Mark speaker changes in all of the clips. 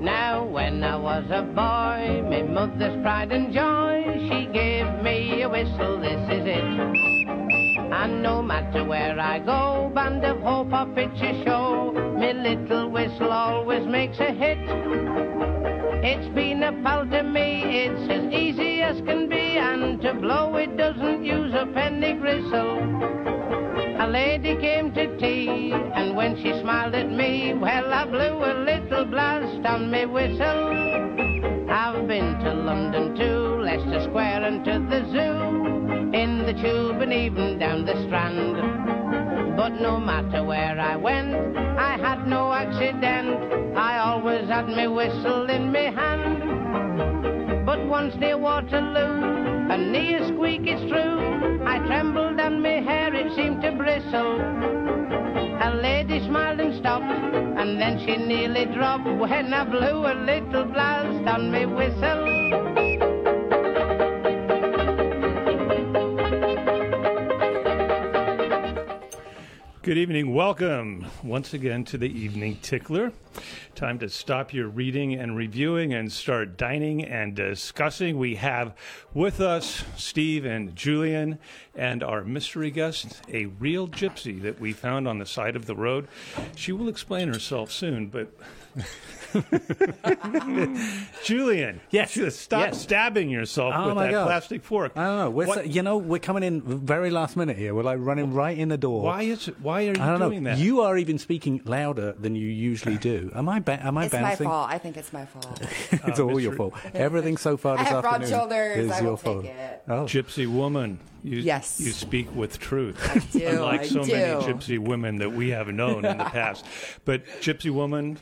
Speaker 1: Now, when I was a boy, my mother's pride and joy, she gave me a whistle, this is it. And no matter where I go, band of hope or picture show, my little whistle always makes a hit. It's been a pal to me, it's as easy as can be, and to blow it doesn't use a penny gristle. A lady came to tea, and when she smiled at me, well, I blew a little blast on me whistle. I've been to London too, Leicester Square and to the zoo, in the tube and even down the strand. But no matter where I went, I had no accident. I always had me whistle in me hand. But once near Waterloo, a near squeak is true. I trembled and my hair it seemed to bristle. A lady smiled and stopped, and then she nearly dropped when I blew a little blast on me whistle.
Speaker 2: Good evening. Welcome once again to the Evening Tickler. Time to stop your reading and reviewing and start dining and discussing. We have with us Steve and Julian and our mystery guest, a real gypsy that we found on the side of the road. She will explain herself soon, but. Julian,
Speaker 3: Yes.
Speaker 2: just stop
Speaker 3: Yes.
Speaker 2: stabbing yourself
Speaker 3: Oh,
Speaker 2: with
Speaker 3: my
Speaker 2: that
Speaker 3: God.
Speaker 2: plastic fork.
Speaker 3: I don't know. Oh, We're
Speaker 2: What-
Speaker 3: so- you know, we're coming in very last minute here. We're like running right in the door.
Speaker 2: why is it? Why are you
Speaker 3: I don't
Speaker 2: doing
Speaker 3: know.
Speaker 2: that?
Speaker 3: You are even speaking louder than you usually do. Am I? Ba- am I
Speaker 4: It's
Speaker 3: bouncing?
Speaker 4: my fault. I think it's my fault.
Speaker 3: it's
Speaker 2: Oh,
Speaker 3: all your fault. Everything so far
Speaker 4: I
Speaker 3: this
Speaker 4: have broad
Speaker 3: afternoon
Speaker 4: shoulders.
Speaker 3: is
Speaker 4: I will
Speaker 3: your
Speaker 4: take
Speaker 3: fault.
Speaker 4: it.
Speaker 3: Oh,
Speaker 2: Gypsy woman, you,
Speaker 4: Yes.
Speaker 2: you speak with truth.
Speaker 4: do,
Speaker 2: Unlike
Speaker 4: I
Speaker 2: so many
Speaker 4: do.
Speaker 2: gypsy women that we have known in the past. But gypsy woman,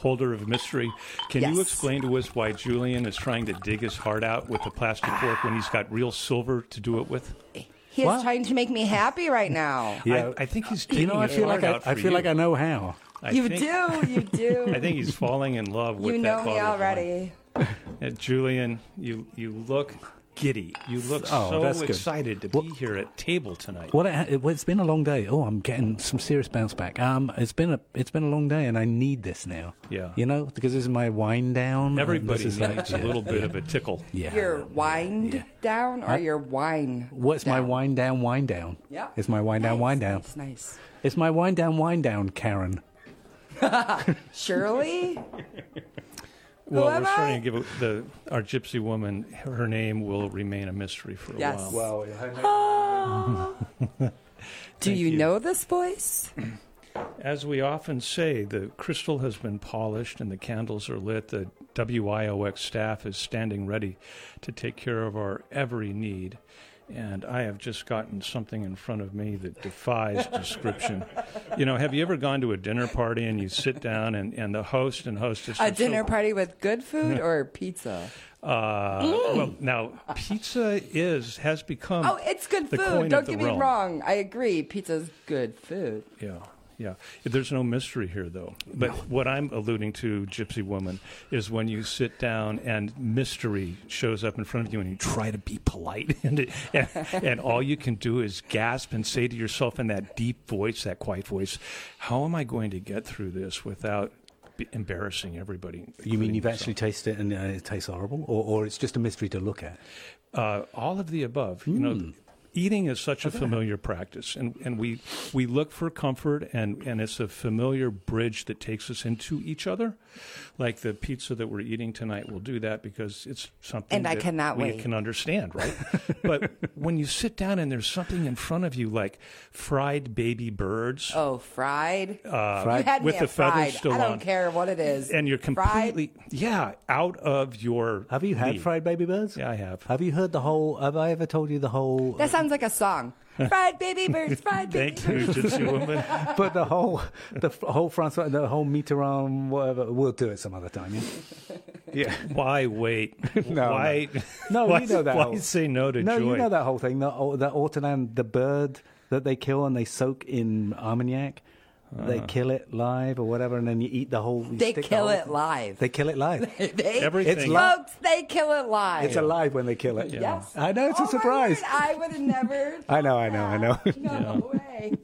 Speaker 2: holder of mystery, can you
Speaker 4: Yes.
Speaker 2: explain to us why Julian is trying to dig his heart out with a plastic fork when he's got real silver to do it with?
Speaker 4: He is
Speaker 3: What?
Speaker 4: trying to make me happy right now.
Speaker 3: yeah.
Speaker 2: I, I think he's digging
Speaker 3: you know, I
Speaker 2: his
Speaker 3: feel
Speaker 2: heart
Speaker 3: like I,
Speaker 2: out
Speaker 3: I
Speaker 2: for
Speaker 3: feel like I know how.
Speaker 2: I
Speaker 4: you
Speaker 2: think-
Speaker 4: do. You do.
Speaker 2: I think he's falling in love with
Speaker 4: you
Speaker 2: that
Speaker 4: know me
Speaker 2: bottle of wine.
Speaker 4: already.
Speaker 2: Uh, Julian, you you look giddy. You look
Speaker 3: Oh, that's
Speaker 2: so
Speaker 3: good.
Speaker 2: excited to be here at table tonight.
Speaker 3: Well, it, ha- it, well, it's been a long day. Oh, I'm getting some serious bounce back. Um, it's been a it's been a long day, and I need this now.
Speaker 2: Yeah.
Speaker 3: you know, because this is my wind down. and
Speaker 2: Everybody
Speaker 3: this
Speaker 2: needs
Speaker 3: is like-
Speaker 2: a little bit of a tickle.
Speaker 3: Yeah.
Speaker 4: Your wind down or your wine?
Speaker 3: What's my
Speaker 4: down?
Speaker 3: wind down? Wind down.
Speaker 4: Yeah.
Speaker 3: It's my wind down.
Speaker 4: Nice,
Speaker 3: Wind down.
Speaker 4: Nice, nice.
Speaker 3: It's my wind down. Wind down. Karen.
Speaker 4: Shirley?
Speaker 2: Well,
Speaker 4: am
Speaker 2: we're
Speaker 4: I?
Speaker 2: starting to give the our gypsy woman. Her name will remain a mystery for a
Speaker 4: Yes. Ah.
Speaker 2: while.
Speaker 4: do you, know this voice?
Speaker 2: As we often say, the crystal has been polished and the candles are lit. The WIOX staff is standing ready to take care of our every need. And I have just gotten something in front of me that defies description. You know, have you ever gone to a dinner party and you sit down and, and the host and hostess
Speaker 4: A
Speaker 2: are so-
Speaker 4: dinner party with good food or pizza?
Speaker 2: Uh, Well, now pizza is has become.
Speaker 4: Mm. Oh, it's good
Speaker 2: the coin
Speaker 4: food.
Speaker 2: of
Speaker 4: Don't
Speaker 2: the
Speaker 4: get me
Speaker 2: realm.
Speaker 4: wrong. I agree. Pizza's good food.
Speaker 2: Yeah, yeah. There's no mystery here, though. But what I'm alluding to, Gypsy Woman, is when you sit down and mystery shows up in front of you, and you try to be polite, and it, and, and all you can do is gasp and say to yourself in that deep voice, that quiet voice, "How am I going to get through this without?" be- Embarrassing everybody.
Speaker 3: You
Speaker 2: including
Speaker 3: mean you've
Speaker 2: myself?"
Speaker 3: actually tasted it and uh, it tastes horrible, or, or it's just a mystery to look at?
Speaker 2: uh, all of the above. You
Speaker 4: Hmm.
Speaker 2: know, eating is such a familiar practice, and, and we we look for comfort, and and it's a familiar bridge that takes us into each other. Like the pizza that we're eating tonight will do that because it's something
Speaker 4: And I
Speaker 2: that
Speaker 4: cannot
Speaker 2: we
Speaker 4: wait.
Speaker 2: can understand, right? but when you sit down and there's something in front of you, like fried baby birds.
Speaker 4: Oh, fried.
Speaker 3: Fried-
Speaker 4: you had
Speaker 2: Uh, with
Speaker 4: me
Speaker 2: the
Speaker 4: at fried.
Speaker 2: feathers still
Speaker 4: I don't
Speaker 2: on.
Speaker 4: care what it is.
Speaker 2: And you're
Speaker 4: Fried
Speaker 2: completely, yeah, out of your.
Speaker 3: Have you had
Speaker 2: league.
Speaker 3: fried baby birds?
Speaker 2: Yeah, I have.
Speaker 3: Have you heard the whole? Have I ever told you the whole?
Speaker 4: That sounds like a song. Fried baby birds, fried baby
Speaker 2: Thank
Speaker 4: birds.
Speaker 2: you, Gypsy Woman.
Speaker 3: but the whole, the f- whole Francois, the whole Mitterrand, whatever. We'll do it some other time. Yeah.
Speaker 2: Why wait?
Speaker 3: No,
Speaker 2: why?
Speaker 3: No,
Speaker 2: why,
Speaker 3: you know that.
Speaker 2: Why
Speaker 3: whole-
Speaker 2: say no to
Speaker 3: no,
Speaker 2: joy?
Speaker 3: you know that whole thing. The, the Ortolan, the bird that they kill and they soak in Armagnac. They
Speaker 2: Ah.
Speaker 3: kill it live or whatever, and then you eat the whole. you
Speaker 4: They
Speaker 3: stick the
Speaker 4: kill
Speaker 3: whole
Speaker 4: it
Speaker 3: thing-
Speaker 4: live.
Speaker 3: They kill it live.
Speaker 4: They,
Speaker 2: Everything.
Speaker 4: It's Folks, they kill it live.
Speaker 3: It's alive when they kill it.
Speaker 4: Yes.
Speaker 3: I know it's
Speaker 4: Oh
Speaker 3: a
Speaker 4: my
Speaker 3: surprise.
Speaker 4: word, I would have never.
Speaker 3: I know, I know, I know.
Speaker 4: thought that. No way.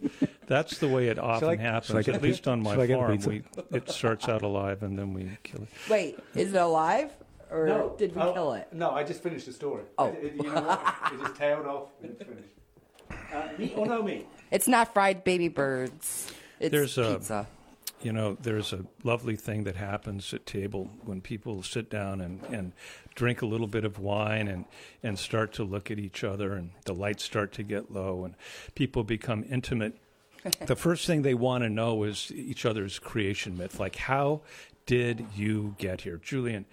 Speaker 2: That's the way it often
Speaker 3: I- shall I
Speaker 2: happens.
Speaker 3: get a
Speaker 2: At least
Speaker 3: pizza?
Speaker 2: on my
Speaker 3: Shall I get a
Speaker 2: farm,
Speaker 3: pizza?
Speaker 2: we, it starts out alive and then we kill it.
Speaker 4: Wait, is it alive or did we kill it?
Speaker 3: Oh, No, I just finished the story.
Speaker 4: Oh.
Speaker 3: It, it- you know what? It just tailed off and it finished. Uh, meat or no meat?
Speaker 4: It's not fried baby birds. It's
Speaker 2: There's a-
Speaker 4: pizza.
Speaker 2: You know, there's a lovely thing that happens at table when people sit down and, and drink a little bit of wine and, and start to look at each other, and the lights start to get low, and people become intimate. the first thing they want to know is each other's creation myth. Like, how did you get here? Julian,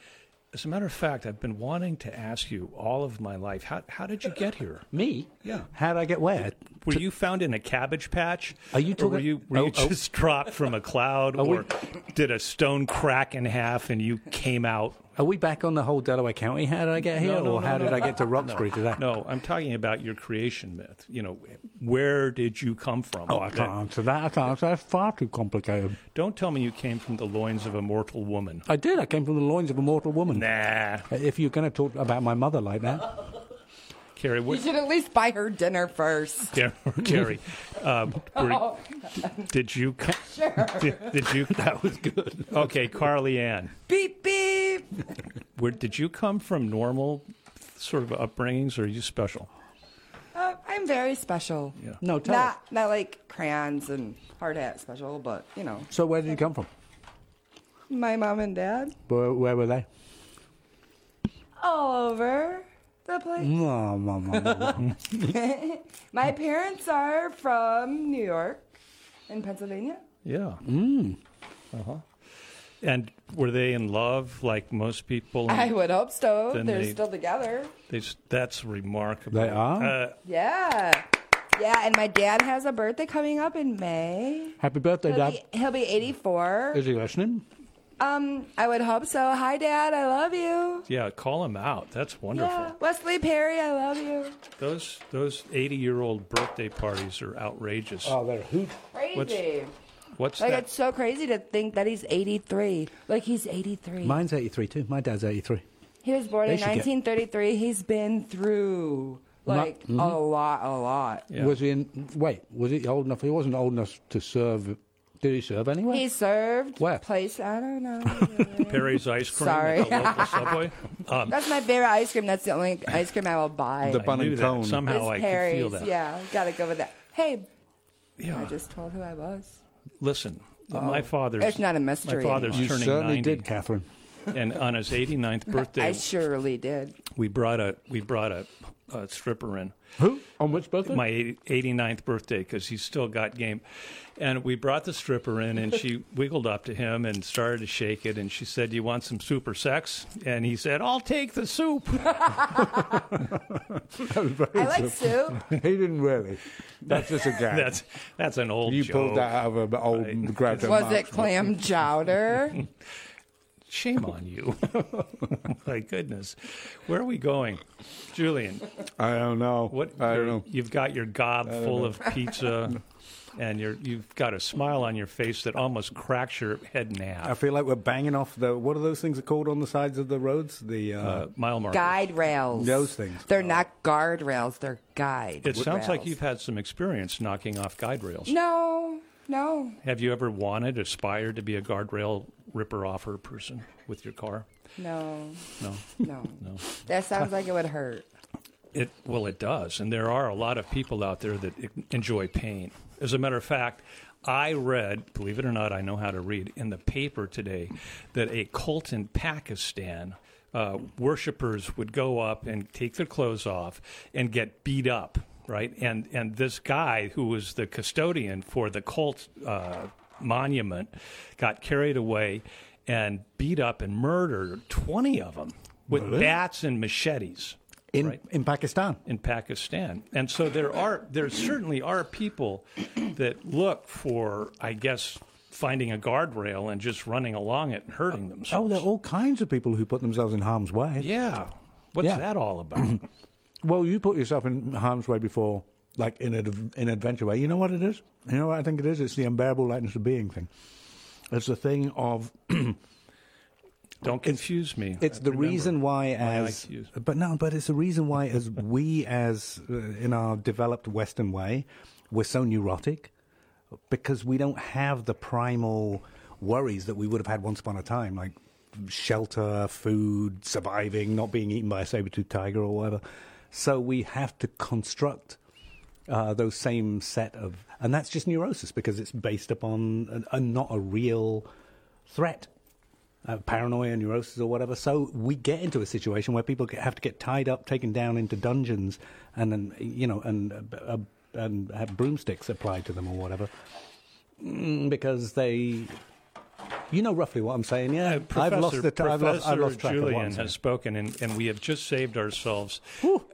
Speaker 2: as a matter of fact, I've been wanting to ask you all of my life how, how did you get here?
Speaker 3: Me?
Speaker 2: Yeah.
Speaker 3: How did I get where?
Speaker 2: Were you found in a cabbage patch?
Speaker 3: Are you
Speaker 2: Or were
Speaker 3: talking-
Speaker 2: you, were you
Speaker 3: Oh, oh.
Speaker 2: just dropped from a cloud,
Speaker 3: we-
Speaker 2: or did a stone crack in half and you came out?
Speaker 3: Are we back on the whole Delaware County? How did I get here,
Speaker 2: No, no,
Speaker 3: or
Speaker 2: no,
Speaker 3: how
Speaker 2: no.
Speaker 3: did I get to Roxbury today?
Speaker 2: No, I'm talking about your creation myth. You know, where did you come from?
Speaker 3: Oh, I can't answer that. I can't answer that. That's far too complicated.
Speaker 2: Don't tell me you came from the loins of a mortal woman.
Speaker 3: I did. I came from the loins of a mortal woman.
Speaker 2: Nah,
Speaker 3: If you're going to talk about my mother like that,
Speaker 2: Carrie.
Speaker 4: You
Speaker 2: What,
Speaker 4: should at least buy her dinner first. Oh.
Speaker 2: Car- Carrie, uh, were, did you? co- Did, did you? That was good. Okay, Carly Ann.
Speaker 4: Beep beep.
Speaker 2: Where did you come from? Normal sort of upbringings, or are you special?
Speaker 4: Uh, I'm very special.
Speaker 2: Yeah.
Speaker 3: no, tell us.
Speaker 4: Not not like crayons and hard hat special, but you know,
Speaker 3: So where did you come from?
Speaker 4: my mom and dad
Speaker 3: Where, where were they?
Speaker 4: all over the place.
Speaker 3: No, no, no, no.
Speaker 4: my parents are from New York and Pennsylvania.
Speaker 2: Yeah. Mm. Uh huh. And were they in love like most people?
Speaker 3: Um,
Speaker 4: I would hope so.
Speaker 2: Then
Speaker 4: They're
Speaker 2: they-
Speaker 4: still together.
Speaker 2: They s- that's remarkable.
Speaker 3: They are?
Speaker 2: Uh,
Speaker 4: Yeah. Yeah, and my dad has a birthday coming up in May.
Speaker 3: Happy birthday,
Speaker 4: He'll
Speaker 3: Dad.
Speaker 4: be, he'll be 84.
Speaker 3: Is he listening?
Speaker 4: Um, I would hope so. Hi, Dad. I love you.
Speaker 2: yeah, call them out. That's wonderful.
Speaker 4: Yeah. Wesley Perry, I love you.
Speaker 2: Those those eighty year old birthday parties are outrageous.
Speaker 3: Oh, they're hoot.
Speaker 4: Crazy.
Speaker 2: What's
Speaker 4: Like,
Speaker 2: that?
Speaker 4: it's so crazy to think that he's 83. Like, he's 83.
Speaker 3: Mine's 83 too. My dad's 83.
Speaker 4: he was born
Speaker 3: They
Speaker 4: in
Speaker 3: should get-
Speaker 4: 1933. He's been through, like,
Speaker 3: mm-hmm.
Speaker 4: a lot, a lot.
Speaker 2: Yeah.
Speaker 3: Was he in? Wait, was he old enough? He wasn't old enough to serve. Did he serve anywhere?
Speaker 4: He served.
Speaker 3: Where?
Speaker 4: Place. I don't know.
Speaker 2: Perry's ice cream
Speaker 4: Sorry.
Speaker 2: at the local subway. Um,
Speaker 4: That's my favorite ice cream. That's the only ice cream I will buy.
Speaker 2: I
Speaker 5: bun and
Speaker 2: knew that.
Speaker 5: cone.
Speaker 4: It's
Speaker 2: Somehow I
Speaker 4: Perry's.
Speaker 2: could feel that.
Speaker 4: Yeah, gotta go with that. Hey, I
Speaker 2: Yeah.
Speaker 4: just told who I was.
Speaker 2: Listen, my father's
Speaker 4: It's not a mystery
Speaker 2: My father's
Speaker 4: anymore.
Speaker 5: You
Speaker 2: turning
Speaker 5: certainly
Speaker 2: ninety,
Speaker 3: did, Catherine.
Speaker 2: and on his 89th birthday,
Speaker 4: I surely did.
Speaker 2: we brought a we brought a, a stripper in.
Speaker 3: Who? On which birthday?
Speaker 2: my 80, 89th birthday because he's still got game. And we brought the stripper in, and she wiggled up to him and started to shake it. And she said, "Do you want some soup or sex?" And he said, "I'll take the soup."
Speaker 4: I like soup.
Speaker 3: he didn't really. That's just a gag.
Speaker 2: that's that's an old
Speaker 5: You
Speaker 2: joke.
Speaker 5: pulled that out of an old graduate.
Speaker 4: Was it clam chowder?
Speaker 2: Shame on you! my goodness, where are we going, Julian?
Speaker 5: I don't know.
Speaker 2: What
Speaker 5: I
Speaker 2: you're-
Speaker 5: don't know.
Speaker 2: You've got your gob full of pizza. And you're, you've got a smile on your face that almost cracks your head in
Speaker 5: I
Speaker 2: half.
Speaker 5: feel like we're banging off the. What are those things called on the sides of the roads? The uh,
Speaker 2: Uh, mile marker.
Speaker 4: guide rails.
Speaker 5: Those things.
Speaker 4: They're not guardrails. They're guide.
Speaker 2: It sounds like
Speaker 4: rails.
Speaker 2: you've had some experience knocking off guide rails.
Speaker 4: No, no.
Speaker 2: Have you ever wanted, aspired to be a guardrail ripper offer person with your car?
Speaker 4: No,
Speaker 2: No,
Speaker 4: no,
Speaker 2: no.
Speaker 4: That sounds like it would hurt.
Speaker 2: It well, it does, and there are a lot of people out there that e- enjoy pain. As a matter of fact, I read, believe it or not, I know how to read in the paper today that a cult in Pakistan. Uh, worshippers would go up and take their clothes off and get beat up, right? And and this guy who was the custodian for the cult uh, monument got carried away and beat up and murdered twenty of them with bats and machetes
Speaker 5: in
Speaker 2: right.
Speaker 5: in Pakistan.
Speaker 2: in Pakistan. And so there are there certainly are people that look for, I guess, finding a guardrail and just running along it and hurting
Speaker 5: Oh,
Speaker 2: themselves.
Speaker 5: there are all kinds of people who put themselves in harm's way.
Speaker 2: yeah. What's
Speaker 5: Yeah.
Speaker 2: that all about?
Speaker 5: Well, you put yourself in harm's way before
Speaker 3: like in an, in an adventure way. You know what it is? You know what I think it is? It's the unbearable lightness of being thing. It's the thing of
Speaker 2: Don't confuse me.
Speaker 3: It's the
Speaker 2: Remember,
Speaker 3: reason why,
Speaker 2: my
Speaker 3: as uh,
Speaker 2: IQs.
Speaker 3: but no, but it's the reason why, as we, as uh, in our developed Western way, we're so neurotic because we don't have the primal worries that we would have had once upon a time, like shelter, food, surviving, not being eaten by a saber-toothed tiger or whatever. So we have to construct. Uh, those same set of, and that's just neurosis because it's based upon an, a, not a real threat uh, paranoia, neurosis, or whatever. So we get into a situation where people get- have to get tied up, taken down into dungeons, and then you know, and uh, uh, and have broomsticks applied to them or whatever, Mm, because they. You know roughly what I'm saying, yeah.
Speaker 2: Uh, Professor,
Speaker 3: I've lost the t- I've lost, I've
Speaker 2: Professor
Speaker 3: lost track of what
Speaker 2: Julian
Speaker 3: I'm saying.
Speaker 2: has spoken, and, and we have just saved ourselves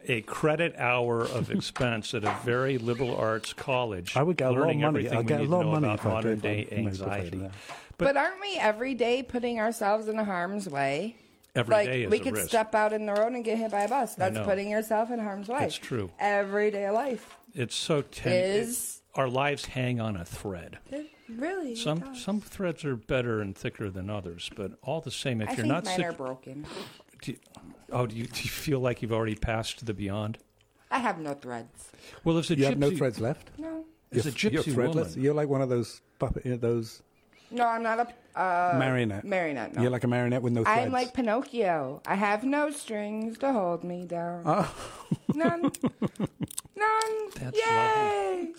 Speaker 2: a credit hour of expense at a very liberal arts college.
Speaker 3: I would get a lot of
Speaker 2: learning
Speaker 3: money.
Speaker 2: everything
Speaker 3: I'd
Speaker 2: we
Speaker 3: get a
Speaker 2: need to
Speaker 3: lot of
Speaker 2: know
Speaker 3: money
Speaker 2: about
Speaker 3: if I
Speaker 2: modern
Speaker 3: did, but
Speaker 2: day
Speaker 3: I'm no professional
Speaker 2: anxiety.
Speaker 3: there.
Speaker 2: But-
Speaker 4: But, aren't we every day putting ourselves into harm's way?
Speaker 2: Every
Speaker 4: like,
Speaker 2: day is
Speaker 4: we
Speaker 2: a
Speaker 4: could
Speaker 2: risk.
Speaker 4: step out in the road and get hit by a bus. That's
Speaker 2: know.
Speaker 4: putting yourself in harm's way.
Speaker 2: It's true.
Speaker 4: Every day of life.
Speaker 2: It's so ten-
Speaker 4: Is-
Speaker 2: it- our lives hang on a thread.
Speaker 4: It really.
Speaker 2: Some
Speaker 4: does.
Speaker 2: some threads are better and thicker than others, but all the same, if
Speaker 4: I
Speaker 2: you're
Speaker 4: think
Speaker 2: not
Speaker 4: mine
Speaker 2: sick,
Speaker 4: are broken.
Speaker 2: do you, oh, do you, do you feel like you've already passed the beyond?
Speaker 4: I have no threads.
Speaker 2: Well, if it's a
Speaker 3: You
Speaker 2: gypsy,
Speaker 3: have no threads left.
Speaker 4: No.
Speaker 2: It's a
Speaker 3: You're- you're
Speaker 2: gypsy
Speaker 3: threadless?
Speaker 2: woman.
Speaker 3: You're like one of those puppet, uh, those
Speaker 4: No, I'm not a uh,
Speaker 3: marionette.
Speaker 4: Marionette. No.
Speaker 3: You're like a marionette with no threads.
Speaker 4: I'm like Pinocchio. I have no strings to hold me down. None.
Speaker 2: Oh.
Speaker 4: None.
Speaker 2: That's
Speaker 4: Yay!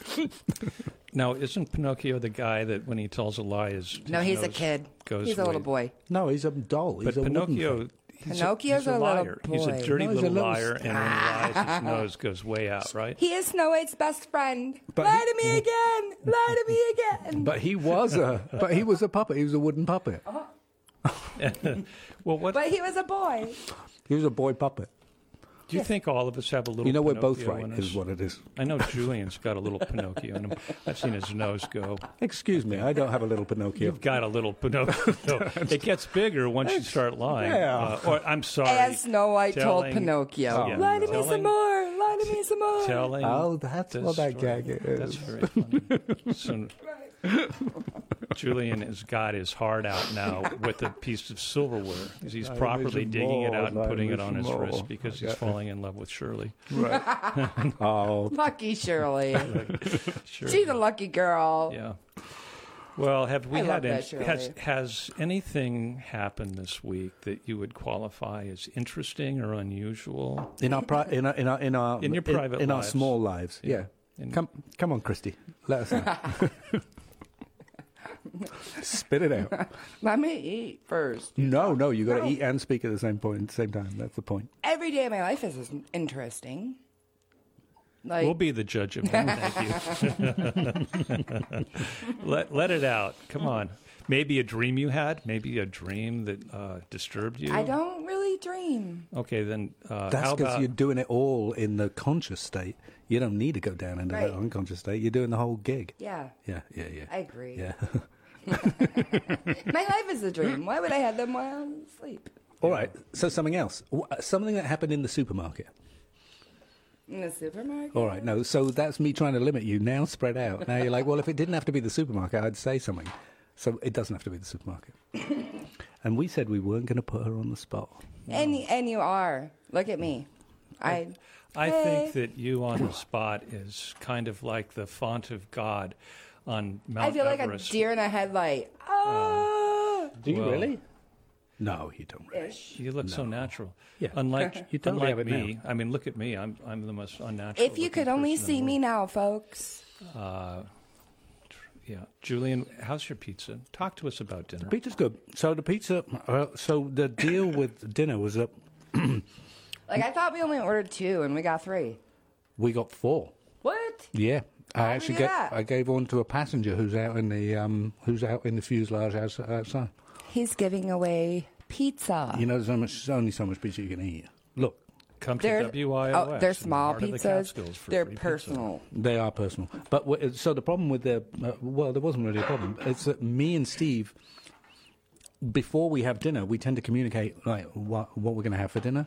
Speaker 2: Now, isn't Pinocchio the guy that when he tells a lie is
Speaker 4: No,
Speaker 2: his
Speaker 4: he's a
Speaker 2: nose
Speaker 4: kid.
Speaker 2: Goes
Speaker 4: he's a little
Speaker 2: away?
Speaker 4: boy.
Speaker 3: no, he's a doll.
Speaker 2: But
Speaker 3: he's a wooden
Speaker 2: Pinocchio,
Speaker 3: thing.
Speaker 2: he's
Speaker 4: Pinocchio's
Speaker 2: a, he's a,
Speaker 4: a little
Speaker 2: liar. He's a
Speaker 4: boy.
Speaker 2: dirty
Speaker 3: No, he's a
Speaker 2: little,
Speaker 3: little
Speaker 2: liar, and when he lies, his nose goes way out. Right?
Speaker 4: He is Snow White's best friend.
Speaker 3: But
Speaker 4: Lie
Speaker 3: he-
Speaker 4: to me again. Lie to me again.
Speaker 3: But he was a,
Speaker 6: But he was a puppet. He was a wooden puppet.
Speaker 2: well, what
Speaker 4: But he was a boy.
Speaker 3: he was a boy puppet.
Speaker 2: do you think? All of us have a little.
Speaker 3: You know, we're both
Speaker 2: Pinocchio
Speaker 3: right,
Speaker 2: in
Speaker 3: is
Speaker 2: us?
Speaker 3: what it is.
Speaker 2: I know Julian's got a little Pinocchio in him. I've seen his nose go.
Speaker 3: Excuse me, I don't have a little Pinocchio.
Speaker 2: You've got a little Pinocchio. it gets bigger once you start lying.
Speaker 3: yeah.
Speaker 2: Uh, or I'm sorry.
Speaker 4: As Snow White
Speaker 2: telling-
Speaker 4: told Pinocchio.
Speaker 2: Yeah.
Speaker 4: Lie to me
Speaker 2: Telling-
Speaker 4: some more. Lie to me some more.
Speaker 2: Telling.
Speaker 3: Oh, that's
Speaker 2: the
Speaker 3: what that
Speaker 2: story.
Speaker 3: gag is.
Speaker 2: That's very funny. So, Julian has got his heart out now with a piece of silverware. 'cause He's
Speaker 3: Nine
Speaker 2: properly
Speaker 3: inches
Speaker 2: digging it
Speaker 3: more,
Speaker 2: out and
Speaker 3: nine
Speaker 2: putting it on
Speaker 3: inches
Speaker 2: his
Speaker 3: more.
Speaker 2: wrist because he's falling in love with Shirley.
Speaker 3: Oh,
Speaker 4: Lucky Shirley.
Speaker 2: Sure.
Speaker 4: She's a lucky girl.
Speaker 2: Yeah. Well, have we
Speaker 4: I
Speaker 2: had
Speaker 4: love that,
Speaker 2: any, has
Speaker 4: Shirley.
Speaker 2: has anything happened this week that you would qualify as interesting or unusual?
Speaker 3: in our pri- in our in our in our
Speaker 2: In your private
Speaker 3: in, our
Speaker 2: lives.
Speaker 3: small lives. Yeah.
Speaker 2: In-
Speaker 3: Come come on, Christy. Let us know. Spit it out.
Speaker 4: Let me eat first.
Speaker 3: No, no, you got to eat and speak at the same point, same time. That's the point.
Speaker 4: Every day of my life is interesting. Like
Speaker 2: We'll be the judge of that. Thank you. let let it out. Come on. Maybe a dream you had. Maybe a dream that uh, disturbed you.
Speaker 4: I don't really dream.
Speaker 2: Okay, then. Uh,
Speaker 3: That's
Speaker 2: how
Speaker 3: because
Speaker 2: about
Speaker 3: you're doing it all in the conscious state. You don't need to go down into
Speaker 4: Right.
Speaker 3: that unconscious state. You're doing the whole gig.
Speaker 4: Yeah,
Speaker 3: Yeah, yeah, yeah.
Speaker 4: I agree.
Speaker 3: yeah.
Speaker 4: My life is a dream. Why would I have them while I'm asleep?
Speaker 3: all right. So something else. Wh- Something that happened in the supermarket.
Speaker 4: In the supermarket?
Speaker 2: Oh.
Speaker 3: All right, no. So that's me trying to limit you. Now spread out. Now you're like, well, if it didn't have to be the supermarket, I'd say something. So it doesn't have to be the supermarket. and we said we weren't going to put her on the spot.
Speaker 4: And, and you are. Look at me. I.
Speaker 2: I
Speaker 4: Hey.
Speaker 2: think that you on the spot is kind of like the font of God on Mount
Speaker 4: I feel like
Speaker 2: Everest. Uh,
Speaker 4: a deer in a headlight. Oh,
Speaker 3: Do you
Speaker 2: Well-
Speaker 3: really? No, you don't really.
Speaker 4: ish.
Speaker 2: You look so natural.
Speaker 3: Yeah.
Speaker 2: Unlike
Speaker 3: You totally
Speaker 2: unlike
Speaker 3: have it
Speaker 2: me. I mean, look at me. I'm I'm the most unnatural.
Speaker 4: If you
Speaker 2: looking
Speaker 4: could only
Speaker 2: person in
Speaker 4: see
Speaker 2: the
Speaker 4: me now, folks.
Speaker 2: world. Uh, yeah, Julian, how's your pizza? Talk to us about dinner.
Speaker 3: Pizza's good. So the pizza. Uh, so the deal with dinner was that
Speaker 4: Like, I thought we only ordered two and we got three.
Speaker 3: we got four.
Speaker 4: What?
Speaker 3: Yeah, I
Speaker 4: do
Speaker 3: actually
Speaker 4: you do
Speaker 3: get.
Speaker 4: that?
Speaker 3: I gave one to a passenger who's out in the um, who's out in the fuselage outs- outside.
Speaker 4: He's giving away pizza.
Speaker 3: You know, there's so much, only so much pizza you can eat. Look,
Speaker 2: Come to
Speaker 4: they're,
Speaker 2: WIOS.
Speaker 4: oh,
Speaker 2: in
Speaker 4: they're
Speaker 2: the
Speaker 4: small
Speaker 2: heart of the
Speaker 4: pizzas.
Speaker 2: Catskills for
Speaker 4: they're
Speaker 2: free pizza.
Speaker 4: personal.
Speaker 3: They are personal. But w- uh, so the problem with the uh, well, there wasn't really a problem. It's that me and Steve, before we have dinner, we tend to communicate like what what we're going to have for dinner.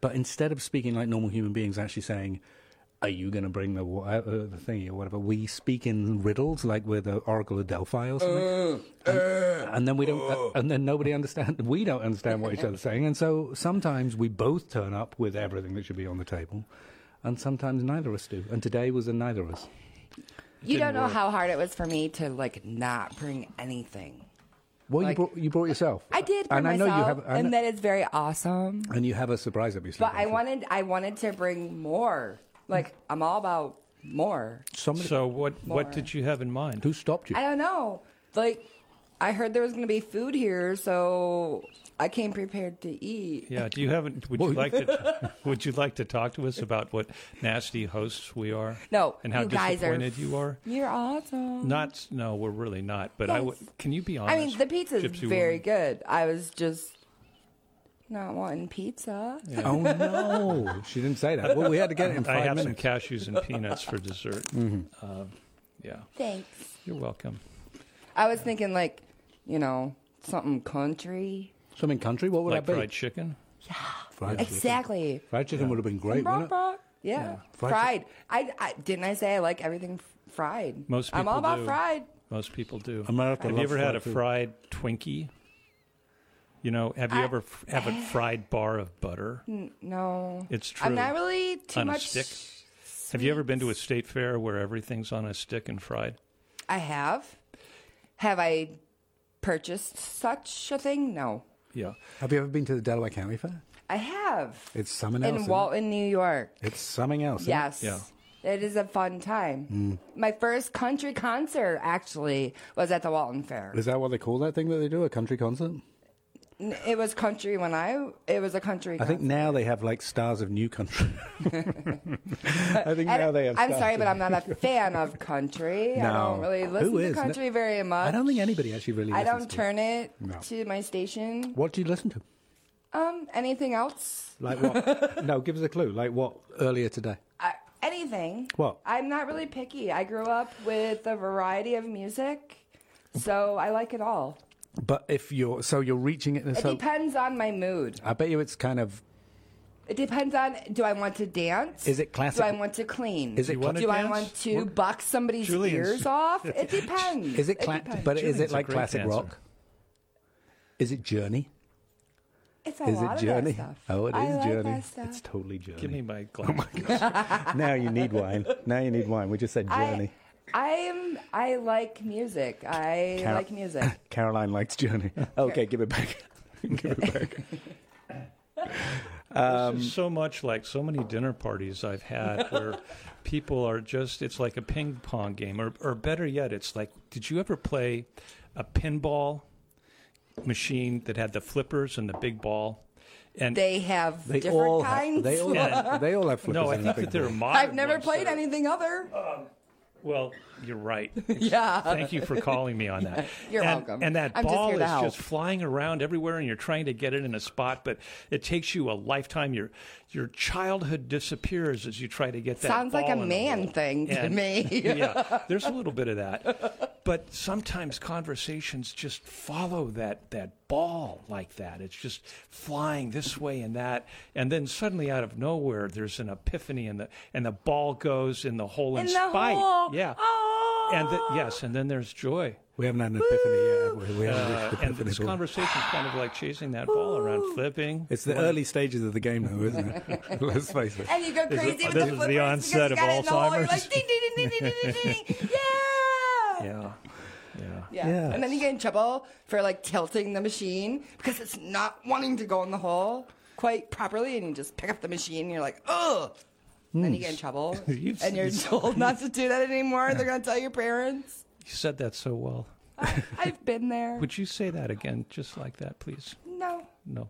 Speaker 3: But instead of speaking like normal human beings, actually saying, are you going to bring the wa- uh, uh, the thingy or whatever? We speak in riddles, like we're the Oracle of Delphi or something, and, and then we don't, uh, and then nobody understands. We don't understand what each other's saying, and so sometimes we both turn up with everything that should be on the table, and sometimes neither of us do. And today was a neither of us.
Speaker 4: You don't know how hard it was for me to like not bring anything.
Speaker 3: Well,
Speaker 4: Like-
Speaker 3: you brought you brought yourself.
Speaker 2: Uh,
Speaker 4: I did bring
Speaker 3: and
Speaker 4: myself,
Speaker 3: I know you have, I
Speaker 4: and
Speaker 3: know-
Speaker 4: that is very awesome.
Speaker 3: and you have a surprise up your sleeve.
Speaker 4: But I
Speaker 3: also.
Speaker 4: wanted, I wanted to bring more. Like I'm all about more.
Speaker 3: somebody
Speaker 2: So what
Speaker 4: More.
Speaker 2: what did you have in mind?
Speaker 3: who stopped you.
Speaker 4: I don't know. Like I heard there was going to be food here, so I came prepared to eat.
Speaker 2: Yeah, do you have? Would you like to? Would you like to talk to us about what nasty hosts we are?
Speaker 4: No,
Speaker 2: and how
Speaker 4: you guys are
Speaker 2: disappointed you are.
Speaker 4: You're awesome.
Speaker 2: Not no, we're really not. But I would.
Speaker 4: Yes.
Speaker 2: Can you be honest?
Speaker 4: I mean, the pizza is
Speaker 2: Gypsy
Speaker 4: very
Speaker 2: woman?
Speaker 4: good. I was just not wanting pizza.
Speaker 3: Oh no, she didn't say that. Well, we had to get it in
Speaker 2: I
Speaker 3: five
Speaker 2: have
Speaker 3: minutes. Mm-hmm.
Speaker 2: some cashews and peanuts for dessert. Uh, yeah,
Speaker 4: Thanks.
Speaker 2: you're welcome.
Speaker 4: I was thinking like, you know, something country.
Speaker 3: Something country? What would
Speaker 2: Like
Speaker 3: that be?
Speaker 2: fried chicken.
Speaker 3: Fried chicken.
Speaker 4: Exactly.
Speaker 3: Fried chicken would have been great,
Speaker 4: Bra,
Speaker 3: wouldn't it?
Speaker 4: bra. Yeah.
Speaker 3: Fried
Speaker 4: Fried. I, I didn't I say I like everything f- fried.
Speaker 2: Most people
Speaker 4: I'm all about
Speaker 2: do.
Speaker 4: fried.
Speaker 2: Most people do.
Speaker 3: America
Speaker 2: have you
Speaker 3: loves
Speaker 2: ever had a
Speaker 3: fried food.
Speaker 2: fried Twinkie? You know, have you
Speaker 4: I-
Speaker 2: ever f- have a fried bar of butter?
Speaker 4: N- No.
Speaker 2: It's
Speaker 4: I'm
Speaker 2: true.
Speaker 4: not really too
Speaker 2: On a
Speaker 4: much.
Speaker 2: stick? Have you ever been to a state fair where everything's on a stick and fried?
Speaker 4: I have. Have I purchased such a thing? No.
Speaker 2: Yeah.
Speaker 3: Have you ever been to the Delaware County Fair?
Speaker 4: I have.
Speaker 3: It's something else.
Speaker 4: in
Speaker 3: isn't
Speaker 4: Walton, New York.
Speaker 3: it? It's something else. isn't it?
Speaker 4: Yes.
Speaker 2: Yeah. Mm.
Speaker 4: It is a fun time. My first country concert actually was at the Walton Fair.
Speaker 3: Is that what they call that thing that they do? A country concert?
Speaker 4: N- It was country when I. It was a country.
Speaker 3: I think now they have like stars of new country. I think now they have.
Speaker 4: I'm
Speaker 3: stars
Speaker 4: sorry,
Speaker 3: of-
Speaker 4: but I'm not a fan of country. I don't
Speaker 3: No.
Speaker 4: really
Speaker 3: Who
Speaker 4: listen to
Speaker 3: is? No-
Speaker 4: country very much.
Speaker 3: I don't think anybody actually really.
Speaker 4: I
Speaker 3: listens
Speaker 4: don't
Speaker 3: to it.
Speaker 4: turn it
Speaker 3: No.
Speaker 4: to my station.
Speaker 3: What do you listen to?
Speaker 4: Um, anything else?
Speaker 3: Like what? no, give us a clue. Like what? Earlier today.
Speaker 4: I, anything?
Speaker 3: What?
Speaker 4: I'm not really picky. I grew up with a variety of music, so I like it all.
Speaker 3: But if you're so you're reaching it.
Speaker 4: It
Speaker 3: so
Speaker 4: depends on my mood.
Speaker 3: I bet you it's kind of.
Speaker 4: It depends on do I want to dance?
Speaker 3: Is it classic-
Speaker 4: Do I want to clean?
Speaker 3: Is it
Speaker 2: You wanna
Speaker 4: do I
Speaker 2: dance?
Speaker 4: want to buck somebody's
Speaker 2: Julian's-
Speaker 4: ears off? It depends.
Speaker 3: Is it? Cla-
Speaker 4: depends.
Speaker 3: but is
Speaker 2: Julian's
Speaker 3: it
Speaker 2: a
Speaker 3: like
Speaker 2: great
Speaker 3: classic
Speaker 2: dancer.
Speaker 3: rock? Is it Journey?
Speaker 4: It's a
Speaker 3: Is
Speaker 4: lot
Speaker 3: it
Speaker 4: of that
Speaker 3: Journey?
Speaker 4: stuff.
Speaker 3: Oh, it is
Speaker 4: I like that
Speaker 3: Journey.
Speaker 4: stuff.
Speaker 3: It's totally
Speaker 2: Give me
Speaker 3: Journey.
Speaker 2: my glass.
Speaker 3: now you need wine. Now you need wine. We just said
Speaker 4: I,
Speaker 3: Journey.
Speaker 4: I am. I like music. I
Speaker 3: Car-
Speaker 4: like music.
Speaker 3: Caroline likes Journey. Okay, give it back. give it back. Um,
Speaker 2: this is so much like so many dinner parties I've had where people are just it's like a ping pong game or or better yet it's like did you ever play a pinball machine that had the flippers and the big ball and
Speaker 4: They have
Speaker 3: They
Speaker 4: different
Speaker 3: all
Speaker 4: kinds.
Speaker 3: have, they all have, they all have flippers.
Speaker 2: no I
Speaker 3: and a
Speaker 2: think that
Speaker 3: big
Speaker 2: there are
Speaker 3: ball.
Speaker 2: modern
Speaker 4: I've never
Speaker 2: ones
Speaker 4: played
Speaker 2: that are-
Speaker 4: anything other.
Speaker 2: well you're right
Speaker 4: yeah.
Speaker 2: Thank you for calling me on that.
Speaker 4: You're
Speaker 2: and,
Speaker 4: welcome.
Speaker 2: And that
Speaker 4: I'm just
Speaker 2: ball
Speaker 4: here to
Speaker 2: is
Speaker 4: help.
Speaker 2: just flying around everywhere, and you're trying to get it in a spot, but it takes you a lifetime. Your your childhood disappears as you try to get that.
Speaker 4: Sounds like
Speaker 2: ball
Speaker 4: a
Speaker 2: in the
Speaker 4: man
Speaker 2: hole.
Speaker 4: thing to
Speaker 2: And-
Speaker 4: me.
Speaker 2: yeah, there's a little bit of that, but sometimes conversations just follow that that ball like that. It's just flying this way and that, and then suddenly out of nowhere, there's an epiphany, and the and the ball goes in the hole in,
Speaker 4: In the
Speaker 2: spite.
Speaker 4: hole.
Speaker 2: Yeah.
Speaker 4: Oh.
Speaker 2: And the, yes, and then there's joy.
Speaker 3: We haven't had an epiphany yet. have we? We haven't
Speaker 2: Uh,
Speaker 3: reached the
Speaker 2: and
Speaker 3: epiphany.
Speaker 2: this conversation is kind of like chasing that ball around, flipping.
Speaker 3: it's the early stages of the game, though, isn't it? Let's face it.
Speaker 4: And you go
Speaker 2: is-
Speaker 4: crazy
Speaker 2: this
Speaker 4: with the
Speaker 2: is
Speaker 4: foot
Speaker 2: the
Speaker 4: race because
Speaker 2: onset
Speaker 4: you
Speaker 2: of
Speaker 4: got it in the hole, You're
Speaker 2: Alzheimer's.
Speaker 4: like, ding, ding, ding, ding, ding, ding, ding, ding. Yeah.
Speaker 2: yeah, yeah.
Speaker 4: Yeah.
Speaker 3: Yeah.
Speaker 4: And then you get in trouble for like tilting the machine because it's not wanting to go in the hole quite properly, and you just pick up the machine and you're like, ugh. Then you get in trouble,
Speaker 2: Hmm. You've-
Speaker 4: and you're told not to do that anymore. They're gonna tell your parents.
Speaker 2: You said that so well.
Speaker 4: I, I've been there.
Speaker 2: Would you say that again, just like that, please?
Speaker 4: No,
Speaker 2: No.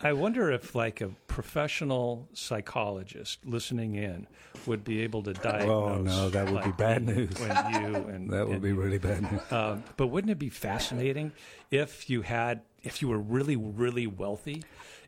Speaker 2: I wonder if, like, a professional psychologist listening in would be able to diagnose.
Speaker 3: Oh no, that would be
Speaker 2: like,
Speaker 3: bad news.
Speaker 2: When you and
Speaker 3: That would
Speaker 2: and
Speaker 3: be really bad news.
Speaker 2: Um, but wouldn't it be fascinating if you had if you were really really wealthy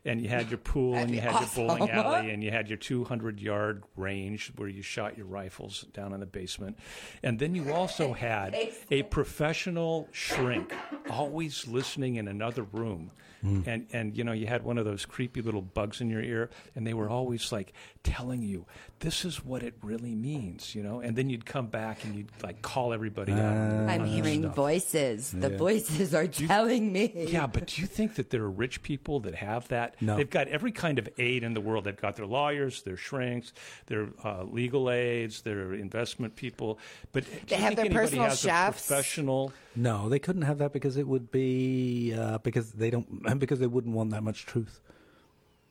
Speaker 2: and you had your pool,
Speaker 4: That'd
Speaker 2: and you
Speaker 4: be
Speaker 2: had
Speaker 4: awesome.
Speaker 2: your bowling alley, and you had your 200 yard range where you shot your rifles down in the basement, and then you also had a professional shrink always listening in another room, and and you know you had one of those creepy little bugs in your ear, and they were always like telling you this is what it really means, you know, and then you'd come back and you'd like call everybody out.
Speaker 4: I'm hearing voices. The voices are telling me.
Speaker 2: Yeah, but do you think that there are rich people that have that?
Speaker 3: No.
Speaker 2: They've got every kind of aid in the world. They've got their lawyers, their shrinks, their uh, legal aids, their investment people. But do you
Speaker 4: They have
Speaker 2: think
Speaker 4: their
Speaker 2: anybody
Speaker 4: personal
Speaker 2: has
Speaker 4: chefs.
Speaker 2: A professional.
Speaker 3: No, they couldn't have that because it would be uh, because they don't and because they wouldn't want that much truth.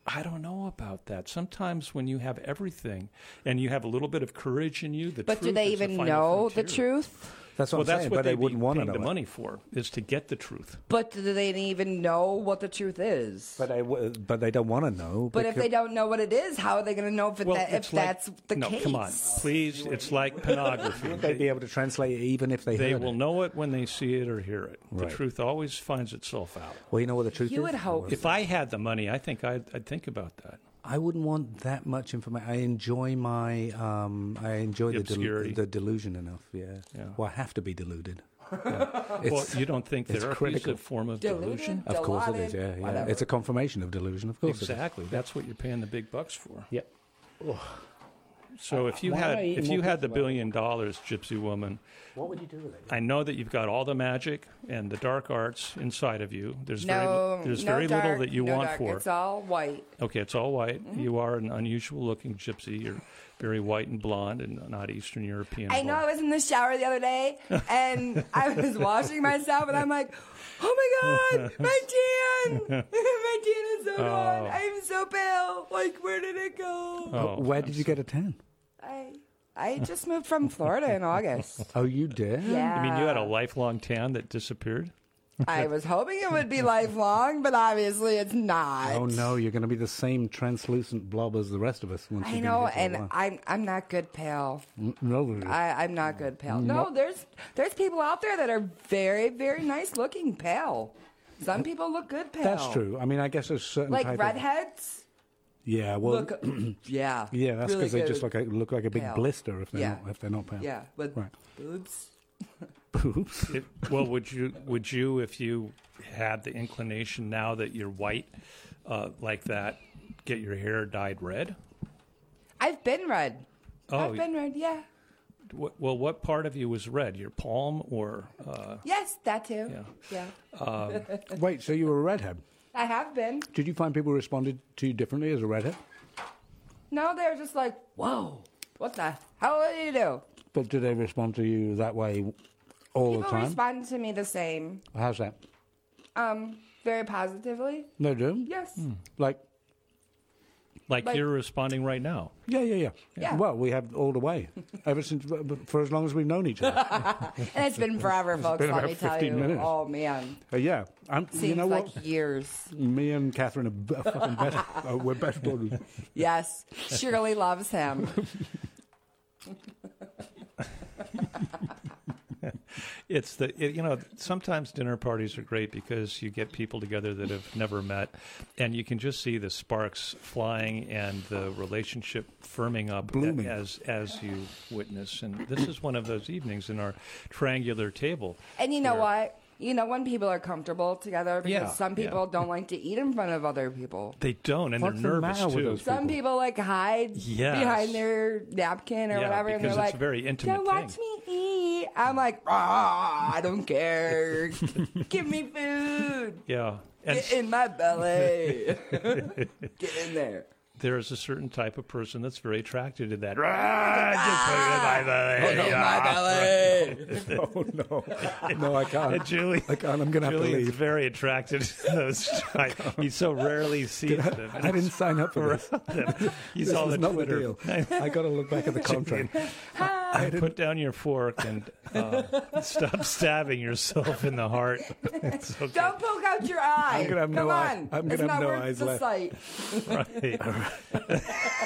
Speaker 2: I don't know about that. Sometimes when you have everything and you have a little bit of courage in you, the
Speaker 4: But do
Speaker 2: truth
Speaker 4: they
Speaker 2: is the
Speaker 4: even
Speaker 2: final
Speaker 4: know the
Speaker 2: frontier.
Speaker 4: truth?
Speaker 3: That's what
Speaker 2: Well,
Speaker 3: I'm
Speaker 2: that's
Speaker 3: saying.
Speaker 2: what
Speaker 3: but
Speaker 2: they
Speaker 3: they wouldn't want to know
Speaker 2: the
Speaker 3: it.
Speaker 2: money for is to get the truth.
Speaker 4: But do they even know what the truth is?
Speaker 3: But they w- but they don't want to know.
Speaker 4: But if
Speaker 3: becau-
Speaker 4: they don't know what it is, how are they going to know if, it that, if
Speaker 2: it's like-
Speaker 4: that's the
Speaker 2: no,
Speaker 4: case?
Speaker 2: come on, please. It's like pornography.
Speaker 3: they'd be able to translate it even if they
Speaker 2: They
Speaker 3: heard
Speaker 2: will
Speaker 3: it.
Speaker 2: know it when they see it or hear it. The
Speaker 3: Right.
Speaker 2: truth always finds itself out.
Speaker 3: Well, you know what the truth
Speaker 4: You
Speaker 3: is.
Speaker 4: would hope.
Speaker 2: If I had the money, I think I'd, I'd think about that.
Speaker 3: I wouldn't want that much information. I enjoy my um, I enjoy
Speaker 2: The
Speaker 3: the,
Speaker 2: obscurity.
Speaker 3: del- the delusion enough. Yeah.
Speaker 2: Yeah.
Speaker 3: Well, I have to be deluded.
Speaker 2: Well, you don't think
Speaker 3: it's
Speaker 2: therapy is
Speaker 3: critical.
Speaker 2: a form of
Speaker 4: Deluded?
Speaker 2: delusion?
Speaker 3: Of course it is.
Speaker 4: Delighted,
Speaker 3: Yeah, yeah.
Speaker 4: whatever.
Speaker 3: It's a confirmation of delusion. Of course. It is.
Speaker 2: Exactly. That's what you're paying the big bucks for.
Speaker 3: Yep.
Speaker 2: So if you
Speaker 3: Why am
Speaker 2: had
Speaker 3: I eating
Speaker 2: if you
Speaker 3: more
Speaker 2: had the
Speaker 3: pizza, by the way?
Speaker 2: billion dollars, Gypsy Woman,
Speaker 3: What would you do with it?
Speaker 2: I know that you've got all the magic and the dark arts inside of you. There's very
Speaker 4: no,
Speaker 2: li- there's
Speaker 4: no
Speaker 2: very
Speaker 4: dark,
Speaker 2: little that you
Speaker 4: no
Speaker 2: want
Speaker 4: dark.
Speaker 2: for.
Speaker 4: It's all white.
Speaker 2: Okay, it's all white.
Speaker 4: Mm-hmm.
Speaker 2: You are an unusual looking gypsy. You're very white and blonde and not Eastern European.
Speaker 4: I
Speaker 2: at
Speaker 4: know
Speaker 2: all.
Speaker 4: I was in the shower the other day and I was washing myself and I'm like, oh my god, my tan, my tan is so gone. I am so pale. Like, where did it go?
Speaker 2: Oh,
Speaker 3: Where did you get a tan?
Speaker 4: I I just moved from Florida in August.
Speaker 3: Oh, you did.
Speaker 4: Yeah,
Speaker 2: I mean, you had a lifelong tan that disappeared.
Speaker 4: I was hoping it would be lifelong, but obviously it's not.
Speaker 3: Oh no, you're going to be the same translucent blob as the rest of us. Once
Speaker 4: I
Speaker 3: you've been
Speaker 4: know,
Speaker 3: here for a
Speaker 4: and
Speaker 3: while.
Speaker 4: I'm I'm not good pale.
Speaker 3: no,
Speaker 4: I, I'm not good pale. No, there's there's people out there that are very very nice looking pale. Some people look good pale.
Speaker 3: that's true. I mean, I guess there's certain
Speaker 4: Like
Speaker 3: type Of,
Speaker 4: redheads
Speaker 3: yeah, well,
Speaker 4: look, yeah,
Speaker 3: yeah, that's
Speaker 4: really
Speaker 3: because they
Speaker 4: good.
Speaker 3: just look like, look like a big
Speaker 4: pale.
Speaker 3: blister if they're
Speaker 4: Yeah.
Speaker 3: not if they're not pale.
Speaker 4: yeah with
Speaker 3: right.
Speaker 4: boobs.
Speaker 3: Boobs.
Speaker 2: It, well, would you would you if you had the inclination now that you're white uh, like that, get your hair dyed red?
Speaker 4: I've been red.
Speaker 2: Oh.
Speaker 4: I've been red. Yeah.
Speaker 2: Wh- well, what part of you was red? Your palm or uh,
Speaker 4: Yes, that too.
Speaker 2: Yeah.
Speaker 4: yeah.
Speaker 3: Wait, so you were a redhead?
Speaker 4: I have been.
Speaker 3: Did you find people responded to you differently as a redhead?
Speaker 4: No, they're just like, whoa, what the hell did you do?
Speaker 3: But do they respond to you that way all the
Speaker 4: People
Speaker 3: time?
Speaker 4: respond to me the same,
Speaker 3: How's that?
Speaker 4: um, very positively.
Speaker 3: They do.
Speaker 4: Yes.
Speaker 3: Like,
Speaker 2: like,
Speaker 4: Like-
Speaker 2: you're responding right now?
Speaker 3: yeah, yeah, yeah,
Speaker 4: Yeah.
Speaker 3: Well, we have all the way ever since for as long as we've known each other.
Speaker 4: And it's been forever, folks,
Speaker 3: been
Speaker 4: let
Speaker 3: about
Speaker 4: me tell
Speaker 3: 15
Speaker 4: you.
Speaker 3: minutes.
Speaker 4: Oh, man.
Speaker 3: Uh, yeah, I'm,
Speaker 4: Seems
Speaker 3: you know
Speaker 4: like
Speaker 3: what?
Speaker 4: years.
Speaker 3: Me and Catherine are b- fucking best. uh, we're best buddies.
Speaker 4: Yes. Shirley loves him.
Speaker 2: It's the it, you know sometimes dinner parties are great because you get people together that have never met, and you can just see the sparks flying and the relationship firming up
Speaker 3: Blooming.
Speaker 2: as as you witness. And this is one of those evenings in our triangular table.
Speaker 4: And you know
Speaker 2: where-
Speaker 4: what? You know, when people are comfortable together, because
Speaker 2: Yeah,
Speaker 4: some
Speaker 2: yeah.
Speaker 4: people don't like to eat in front of other people.
Speaker 2: They don't, and
Speaker 3: What's the
Speaker 2: they're nervous
Speaker 3: matter with
Speaker 2: too.
Speaker 3: those
Speaker 4: Some people like hide
Speaker 2: Yes.
Speaker 4: behind their napkin or
Speaker 2: Yeah,
Speaker 4: whatever, and they're
Speaker 2: because it's
Speaker 4: like,
Speaker 2: a very intimate
Speaker 4: "Don't watch
Speaker 2: thing."
Speaker 4: me eat." I'm like, "Ah, I don't care. Give me food.
Speaker 2: Yeah, and
Speaker 4: Get in my belly. Get in there."
Speaker 2: there is a certain type of person that's very attracted to that. "Rah, just put it in my belly."
Speaker 4: Get in Ah, Oh, my belly.
Speaker 3: Oh no, no, I can't.
Speaker 2: Julie,
Speaker 3: I can't. Oh I'm going to have to
Speaker 2: Julie is
Speaker 3: leave.
Speaker 2: very attracted to those. type. he so rarely sees them.
Speaker 3: I didn't sign up for this.
Speaker 2: He's
Speaker 3: This
Speaker 2: all
Speaker 3: was
Speaker 2: the
Speaker 3: not Oh, the
Speaker 2: Twitter.
Speaker 3: deal. I got to look back at the contract.
Speaker 2: I put down your fork and uh, stop stabbing yourself in the heart. It's okay.
Speaker 4: Don't poke out your eye.
Speaker 3: gonna have
Speaker 4: Come
Speaker 3: no eye-
Speaker 4: on.
Speaker 3: I'm
Speaker 4: it's
Speaker 3: gonna have
Speaker 4: not
Speaker 3: no
Speaker 4: worth
Speaker 3: eyes
Speaker 4: the
Speaker 3: left.
Speaker 4: sight.
Speaker 2: Right.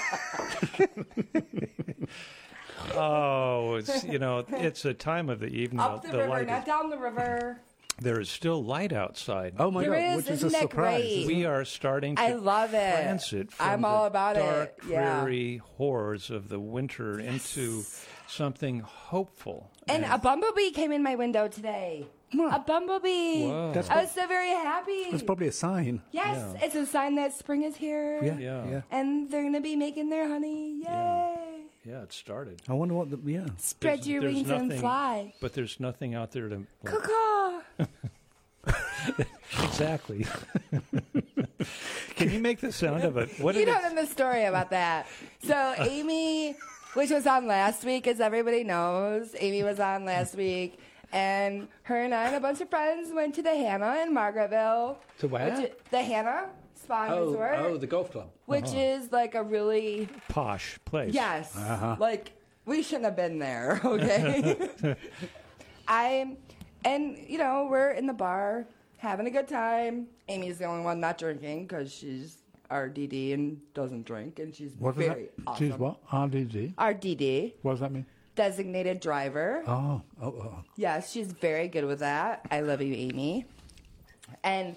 Speaker 2: oh, it's you know, it's a time of the evening.
Speaker 4: Up the, river,
Speaker 2: light
Speaker 4: not
Speaker 2: is-
Speaker 4: down the river.
Speaker 2: There is still light outside.
Speaker 5: Oh my
Speaker 4: There
Speaker 5: god,
Speaker 4: is,
Speaker 5: which is a
Speaker 4: isn't that
Speaker 5: surprise.
Speaker 4: great?
Speaker 5: isn't it?
Speaker 2: We are starting to
Speaker 4: I love it.
Speaker 2: transit from
Speaker 4: I'm all
Speaker 2: the
Speaker 4: about it.
Speaker 2: dark,
Speaker 4: Yeah.
Speaker 2: dreary horrors of the winter into something hopeful.
Speaker 4: And a bumblebee came in my window today. A bumblebee.
Speaker 2: Whoa.
Speaker 5: That's
Speaker 4: I was so very happy.
Speaker 5: That's probably a sign.
Speaker 4: yes, it's a sign that spring is here.
Speaker 5: Yeah,
Speaker 2: Yeah.
Speaker 5: yeah.
Speaker 4: And they're going to be making their honey. Yay.
Speaker 2: Yeah, it started.
Speaker 5: I wonder what the yeah.
Speaker 4: Spread
Speaker 2: There's-
Speaker 4: your
Speaker 2: there's
Speaker 4: wings and
Speaker 2: nothing-
Speaker 4: fly. ah.
Speaker 2: But there's nothing out there to like,
Speaker 4: Caw-caw.
Speaker 2: exactly. Can you make the sound of it? What
Speaker 4: You
Speaker 2: did it-
Speaker 4: don't know the story about that. So Amy, which was on last week, as everybody knows, Amy was on last week, and her and I and a bunch of friends went to the Hannah in Margaretville.
Speaker 3: To where? Oh,
Speaker 4: Which i- the Hannah Spa and Resort,
Speaker 3: golf club. Uh-huh.
Speaker 4: which is like a really
Speaker 2: posh place?
Speaker 4: yes,
Speaker 3: Uh-huh.
Speaker 4: like we shouldn't have been there. Okay, I and you know we're in the bar having a good time. Amy's the only one not drinking because she's. RDD and doesn't drink, and she's
Speaker 3: What is
Speaker 4: very
Speaker 3: that?
Speaker 4: awesome.
Speaker 3: She's what? RDD.
Speaker 4: RDD,
Speaker 3: What does that mean?
Speaker 4: designated driver.
Speaker 3: Oh, oh, oh.
Speaker 4: Yes, she's very good with that. I love you, Amy. And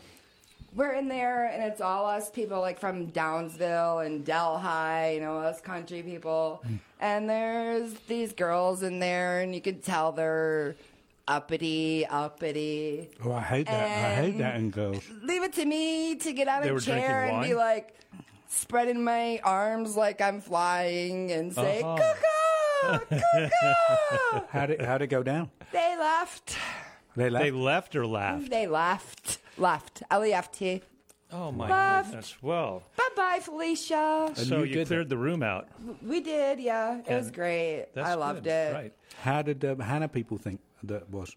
Speaker 4: we're in there, and it's all us people like from Downsville and Delhi, you know, us country people. And there's these girls in there, and you can tell they're uppity, uppity.
Speaker 5: Oh, I hate that. I hate that in girls.
Speaker 2: Um,
Speaker 4: Leave it to me to get out
Speaker 2: They
Speaker 4: of
Speaker 2: were
Speaker 4: a chair
Speaker 2: drinking
Speaker 4: and be
Speaker 2: wine?
Speaker 4: like spreading my arms like I'm flying and say,
Speaker 2: Uh-huh.
Speaker 4: cuckoo, cuckoo.
Speaker 5: How'd it, how'd it go down?
Speaker 4: They left.
Speaker 5: They left.
Speaker 2: They left or laughed?
Speaker 4: They left. Left. L E F T.
Speaker 2: Oh my
Speaker 4: Laughed.
Speaker 2: goodness! Well,
Speaker 4: Bye bye, Felicia.
Speaker 2: so
Speaker 5: you
Speaker 2: you,
Speaker 5: did
Speaker 2: cleared the room out.
Speaker 4: We did, yeah. It was
Speaker 2: And
Speaker 4: great.
Speaker 2: That's
Speaker 4: I loved
Speaker 2: good,
Speaker 4: it.
Speaker 2: Right.
Speaker 5: How did um, Hannah people think that was?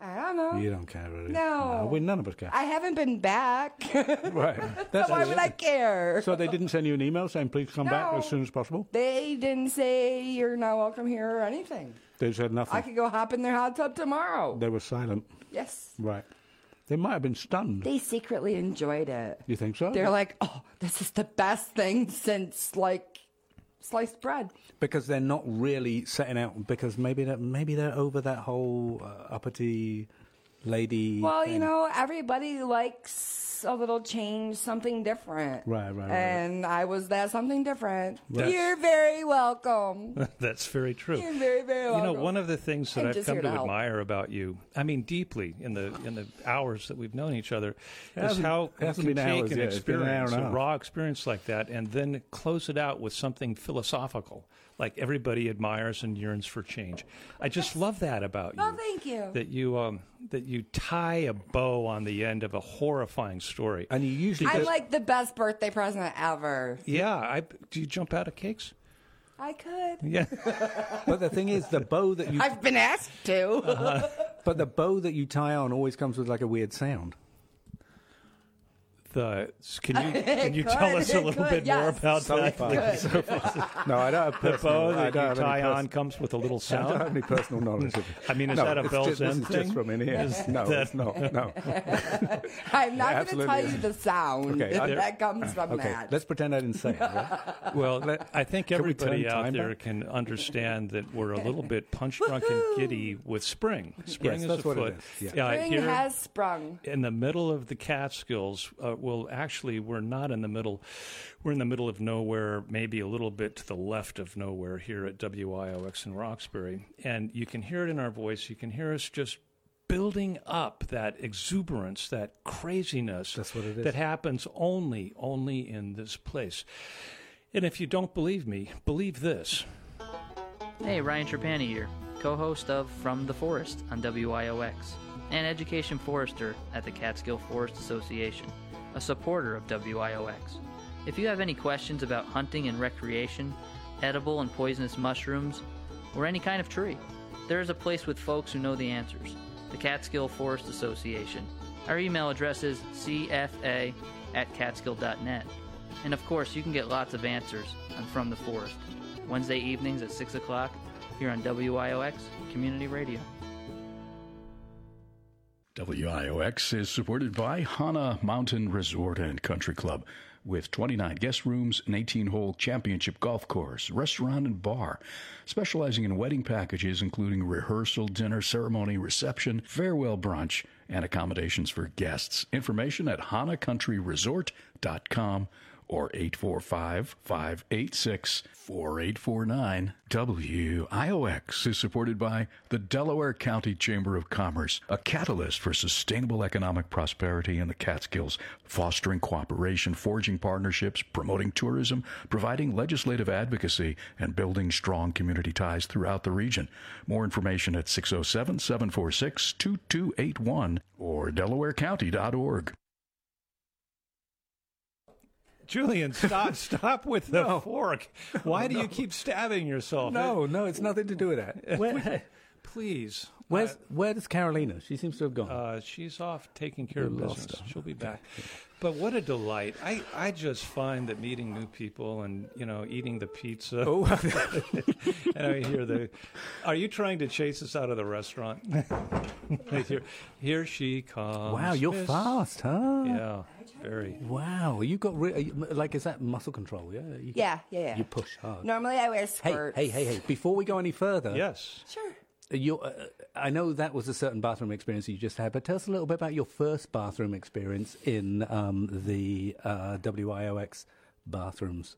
Speaker 4: I don't know.
Speaker 5: You don't care, really.
Speaker 4: No.
Speaker 5: we none of us care.
Speaker 4: I haven't been back.
Speaker 5: right. That's
Speaker 4: Why
Speaker 5: all.
Speaker 4: would I care?
Speaker 5: So they didn't send you an email saying please come back
Speaker 4: No.
Speaker 5: as soon as possible.
Speaker 4: They didn't say you're not welcome here or anything.
Speaker 5: They said nothing.
Speaker 4: I could go hop in their hot tub tomorrow.
Speaker 5: They were silent.
Speaker 4: Yes.
Speaker 5: Right. They might have been stunned.
Speaker 4: They secretly enjoyed it.
Speaker 5: you think so?
Speaker 4: They're like, oh, this is the best thing since like sliced bread.
Speaker 5: because they're not really setting out. Because maybe that maybe they're over that whole uh, uppity lady.
Speaker 4: Well, you
Speaker 5: thing.
Speaker 4: know, everybody likes a little change, something different.
Speaker 5: Right, right, right.
Speaker 4: And I was that something different.
Speaker 2: That's-
Speaker 4: You're very welcome.
Speaker 2: That's very true.
Speaker 4: You're very, very
Speaker 2: You
Speaker 4: welcome.
Speaker 2: know, one of the things that
Speaker 4: I'm
Speaker 2: i have
Speaker 4: just
Speaker 2: come
Speaker 4: here
Speaker 2: to
Speaker 4: to help.
Speaker 2: admire about you, I mean, deeply in the in the hours that we've known each other, is
Speaker 5: hasn't-
Speaker 2: how
Speaker 5: it hasn't
Speaker 2: you
Speaker 5: been
Speaker 2: can take
Speaker 5: hours
Speaker 2: an
Speaker 5: yet. It's been an hour
Speaker 2: experience,
Speaker 5: and a
Speaker 2: a
Speaker 5: half.
Speaker 2: raw experience like that, and then close it out with something philosophical, like everybody admires and yearns for change. I just love that about you.
Speaker 4: Oh, thank you.
Speaker 2: That you um, that you tie a bow on the end of a horrifying story.
Speaker 5: and you usually
Speaker 4: I'm
Speaker 5: just,
Speaker 4: like the best birthday present ever.
Speaker 2: yeah, I do you jump out of cakes?
Speaker 4: I could.
Speaker 2: Yeah.
Speaker 5: but the thing is the bow that you
Speaker 4: I've been asked to.
Speaker 5: Uh-huh. but the bow that you tie on always comes with like a weird sound.
Speaker 2: The can you can you tell
Speaker 4: could,
Speaker 2: us a
Speaker 4: it
Speaker 2: little
Speaker 4: could,
Speaker 2: bit more
Speaker 4: yes.
Speaker 2: about
Speaker 5: So
Speaker 2: that?
Speaker 5: far.
Speaker 2: please?
Speaker 5: No, I don't have
Speaker 2: The
Speaker 5: personal,
Speaker 2: bow
Speaker 5: I
Speaker 2: that
Speaker 5: don't
Speaker 2: you
Speaker 5: have any
Speaker 2: tie
Speaker 5: pers-
Speaker 2: on comes with a
Speaker 5: I
Speaker 2: little
Speaker 5: don't
Speaker 2: sound.
Speaker 5: have any personal knowledge of it.
Speaker 2: I mean, is
Speaker 5: no,
Speaker 2: that a
Speaker 5: it's
Speaker 2: Bell's
Speaker 5: just, this
Speaker 2: End
Speaker 5: is
Speaker 2: thing?
Speaker 5: just from in here. No, it's not. No.
Speaker 4: I'm not going to
Speaker 5: absolutely.
Speaker 4: tell you the sound
Speaker 5: Okay, I-
Speaker 4: that comes from
Speaker 5: Okay,
Speaker 4: that.
Speaker 5: let's pretend I didn't say it. all right?
Speaker 2: Well, I think everybody
Speaker 5: turn
Speaker 2: out
Speaker 5: time
Speaker 2: there
Speaker 5: back?
Speaker 2: can understand that we're a little bit punch drunk and giddy with spring. Spring
Speaker 5: Yes,
Speaker 2: is
Speaker 5: that's
Speaker 2: afoot.
Speaker 5: what it is,
Speaker 2: Yeah,
Speaker 4: Spring
Speaker 2: here-
Speaker 4: has sprung.
Speaker 2: in the middle of the Catskills. Uh, well, actually, we're not in the middle. We're in the middle of nowhere, maybe a little bit to the left of nowhere here at WIOX in Roxbury. And you can hear it in our voice. You can hear us just building up that exuberance, that craziness That's
Speaker 5: what it is.
Speaker 2: that happens only, only in this place. And if you don't believe me, believe this.
Speaker 7: Hey, Ryan Trapani here, co host of From the Forest on WIOX, and education forester at the Catskill Forest Association, a supporter of WIOX. If you have any questions about hunting and recreation, edible and poisonous mushrooms, or any kind of tree, there is a place with folks who know the answers the Catskill Forest Association. Our email address is cfa at catskill.net. And of course, you can get lots of answers on From the Forest, Wednesday evenings at 6 o'clock here on WIOX Community Radio.
Speaker 8: WIOX is supported by Hana Mountain Resort and Country Club, with 29 guest rooms, an 18 hole championship golf course, restaurant, and bar, specializing in wedding packages including rehearsal, dinner, ceremony, reception, farewell brunch, and accommodations for guests. Information at hanacountryresort.com or 845-586-4849. WIOX is supported by the Delaware County Chamber of Commerce, a catalyst for sustainable economic prosperity in the Catskills, fostering cooperation, forging partnerships, promoting tourism, providing legislative advocacy, and building strong community ties throughout the region. More information at 607-746-2281 or delawarecounty.org.
Speaker 2: Julian, stop, stop with the fork. Why do you keep stabbing yourself?
Speaker 5: No, no, it's nothing to do with that. Uh,
Speaker 3: Where,
Speaker 2: Please.
Speaker 3: where's, where is Carolina? She seems to have gone.
Speaker 2: Uh, she's off taking care of
Speaker 3: We lost
Speaker 2: business.
Speaker 3: her.
Speaker 2: She'll be back. But what a delight! I, I just find that meeting new people and you know eating the pizza. Oh, and I hear the. Are you trying to chase us out of the restaurant? here, here she
Speaker 5: Oh,
Speaker 2: comes.
Speaker 3: wow, you're
Speaker 2: Miss-
Speaker 3: fast, huh?
Speaker 2: Yeah, very.
Speaker 3: Wow, you got re- are you- like is that muscle control? Yeah. You,
Speaker 4: Yeah, yeah, yeah.
Speaker 3: You push hard.
Speaker 4: Normally I wear
Speaker 3: Hey,
Speaker 4: skirts.
Speaker 3: hey, hey, hey! Before we go any further,
Speaker 2: Yes.
Speaker 4: Sure.
Speaker 3: you uh, I know that was a certain bathroom experience you just had, but tell us a little bit about your first bathroom experience in um, the uh, WIOX bathrooms.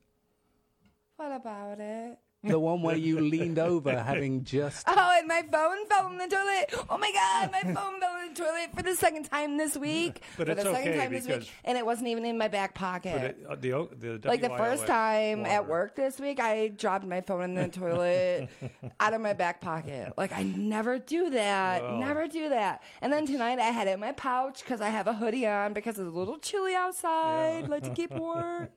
Speaker 4: What about it?
Speaker 3: The one where you leaned over, having just
Speaker 4: Oh, and my phone fell in the toilet. Oh my god, my phone fell in the toilet for the second time this week.
Speaker 2: But
Speaker 4: for
Speaker 2: it's
Speaker 4: the
Speaker 2: okay
Speaker 4: second time this
Speaker 2: because-
Speaker 4: week, and it wasn't even in my back pocket.
Speaker 2: But it- uh, the o- the
Speaker 4: like the first
Speaker 2: WIOX
Speaker 4: time at
Speaker 2: water.
Speaker 4: work this week, I dropped my phone in the toilet out of my back pocket. Like I never do that, never do that. And then tonight I had it in my pouch because I have a hoodie on because it's a little chilly outside. Like to keep warm.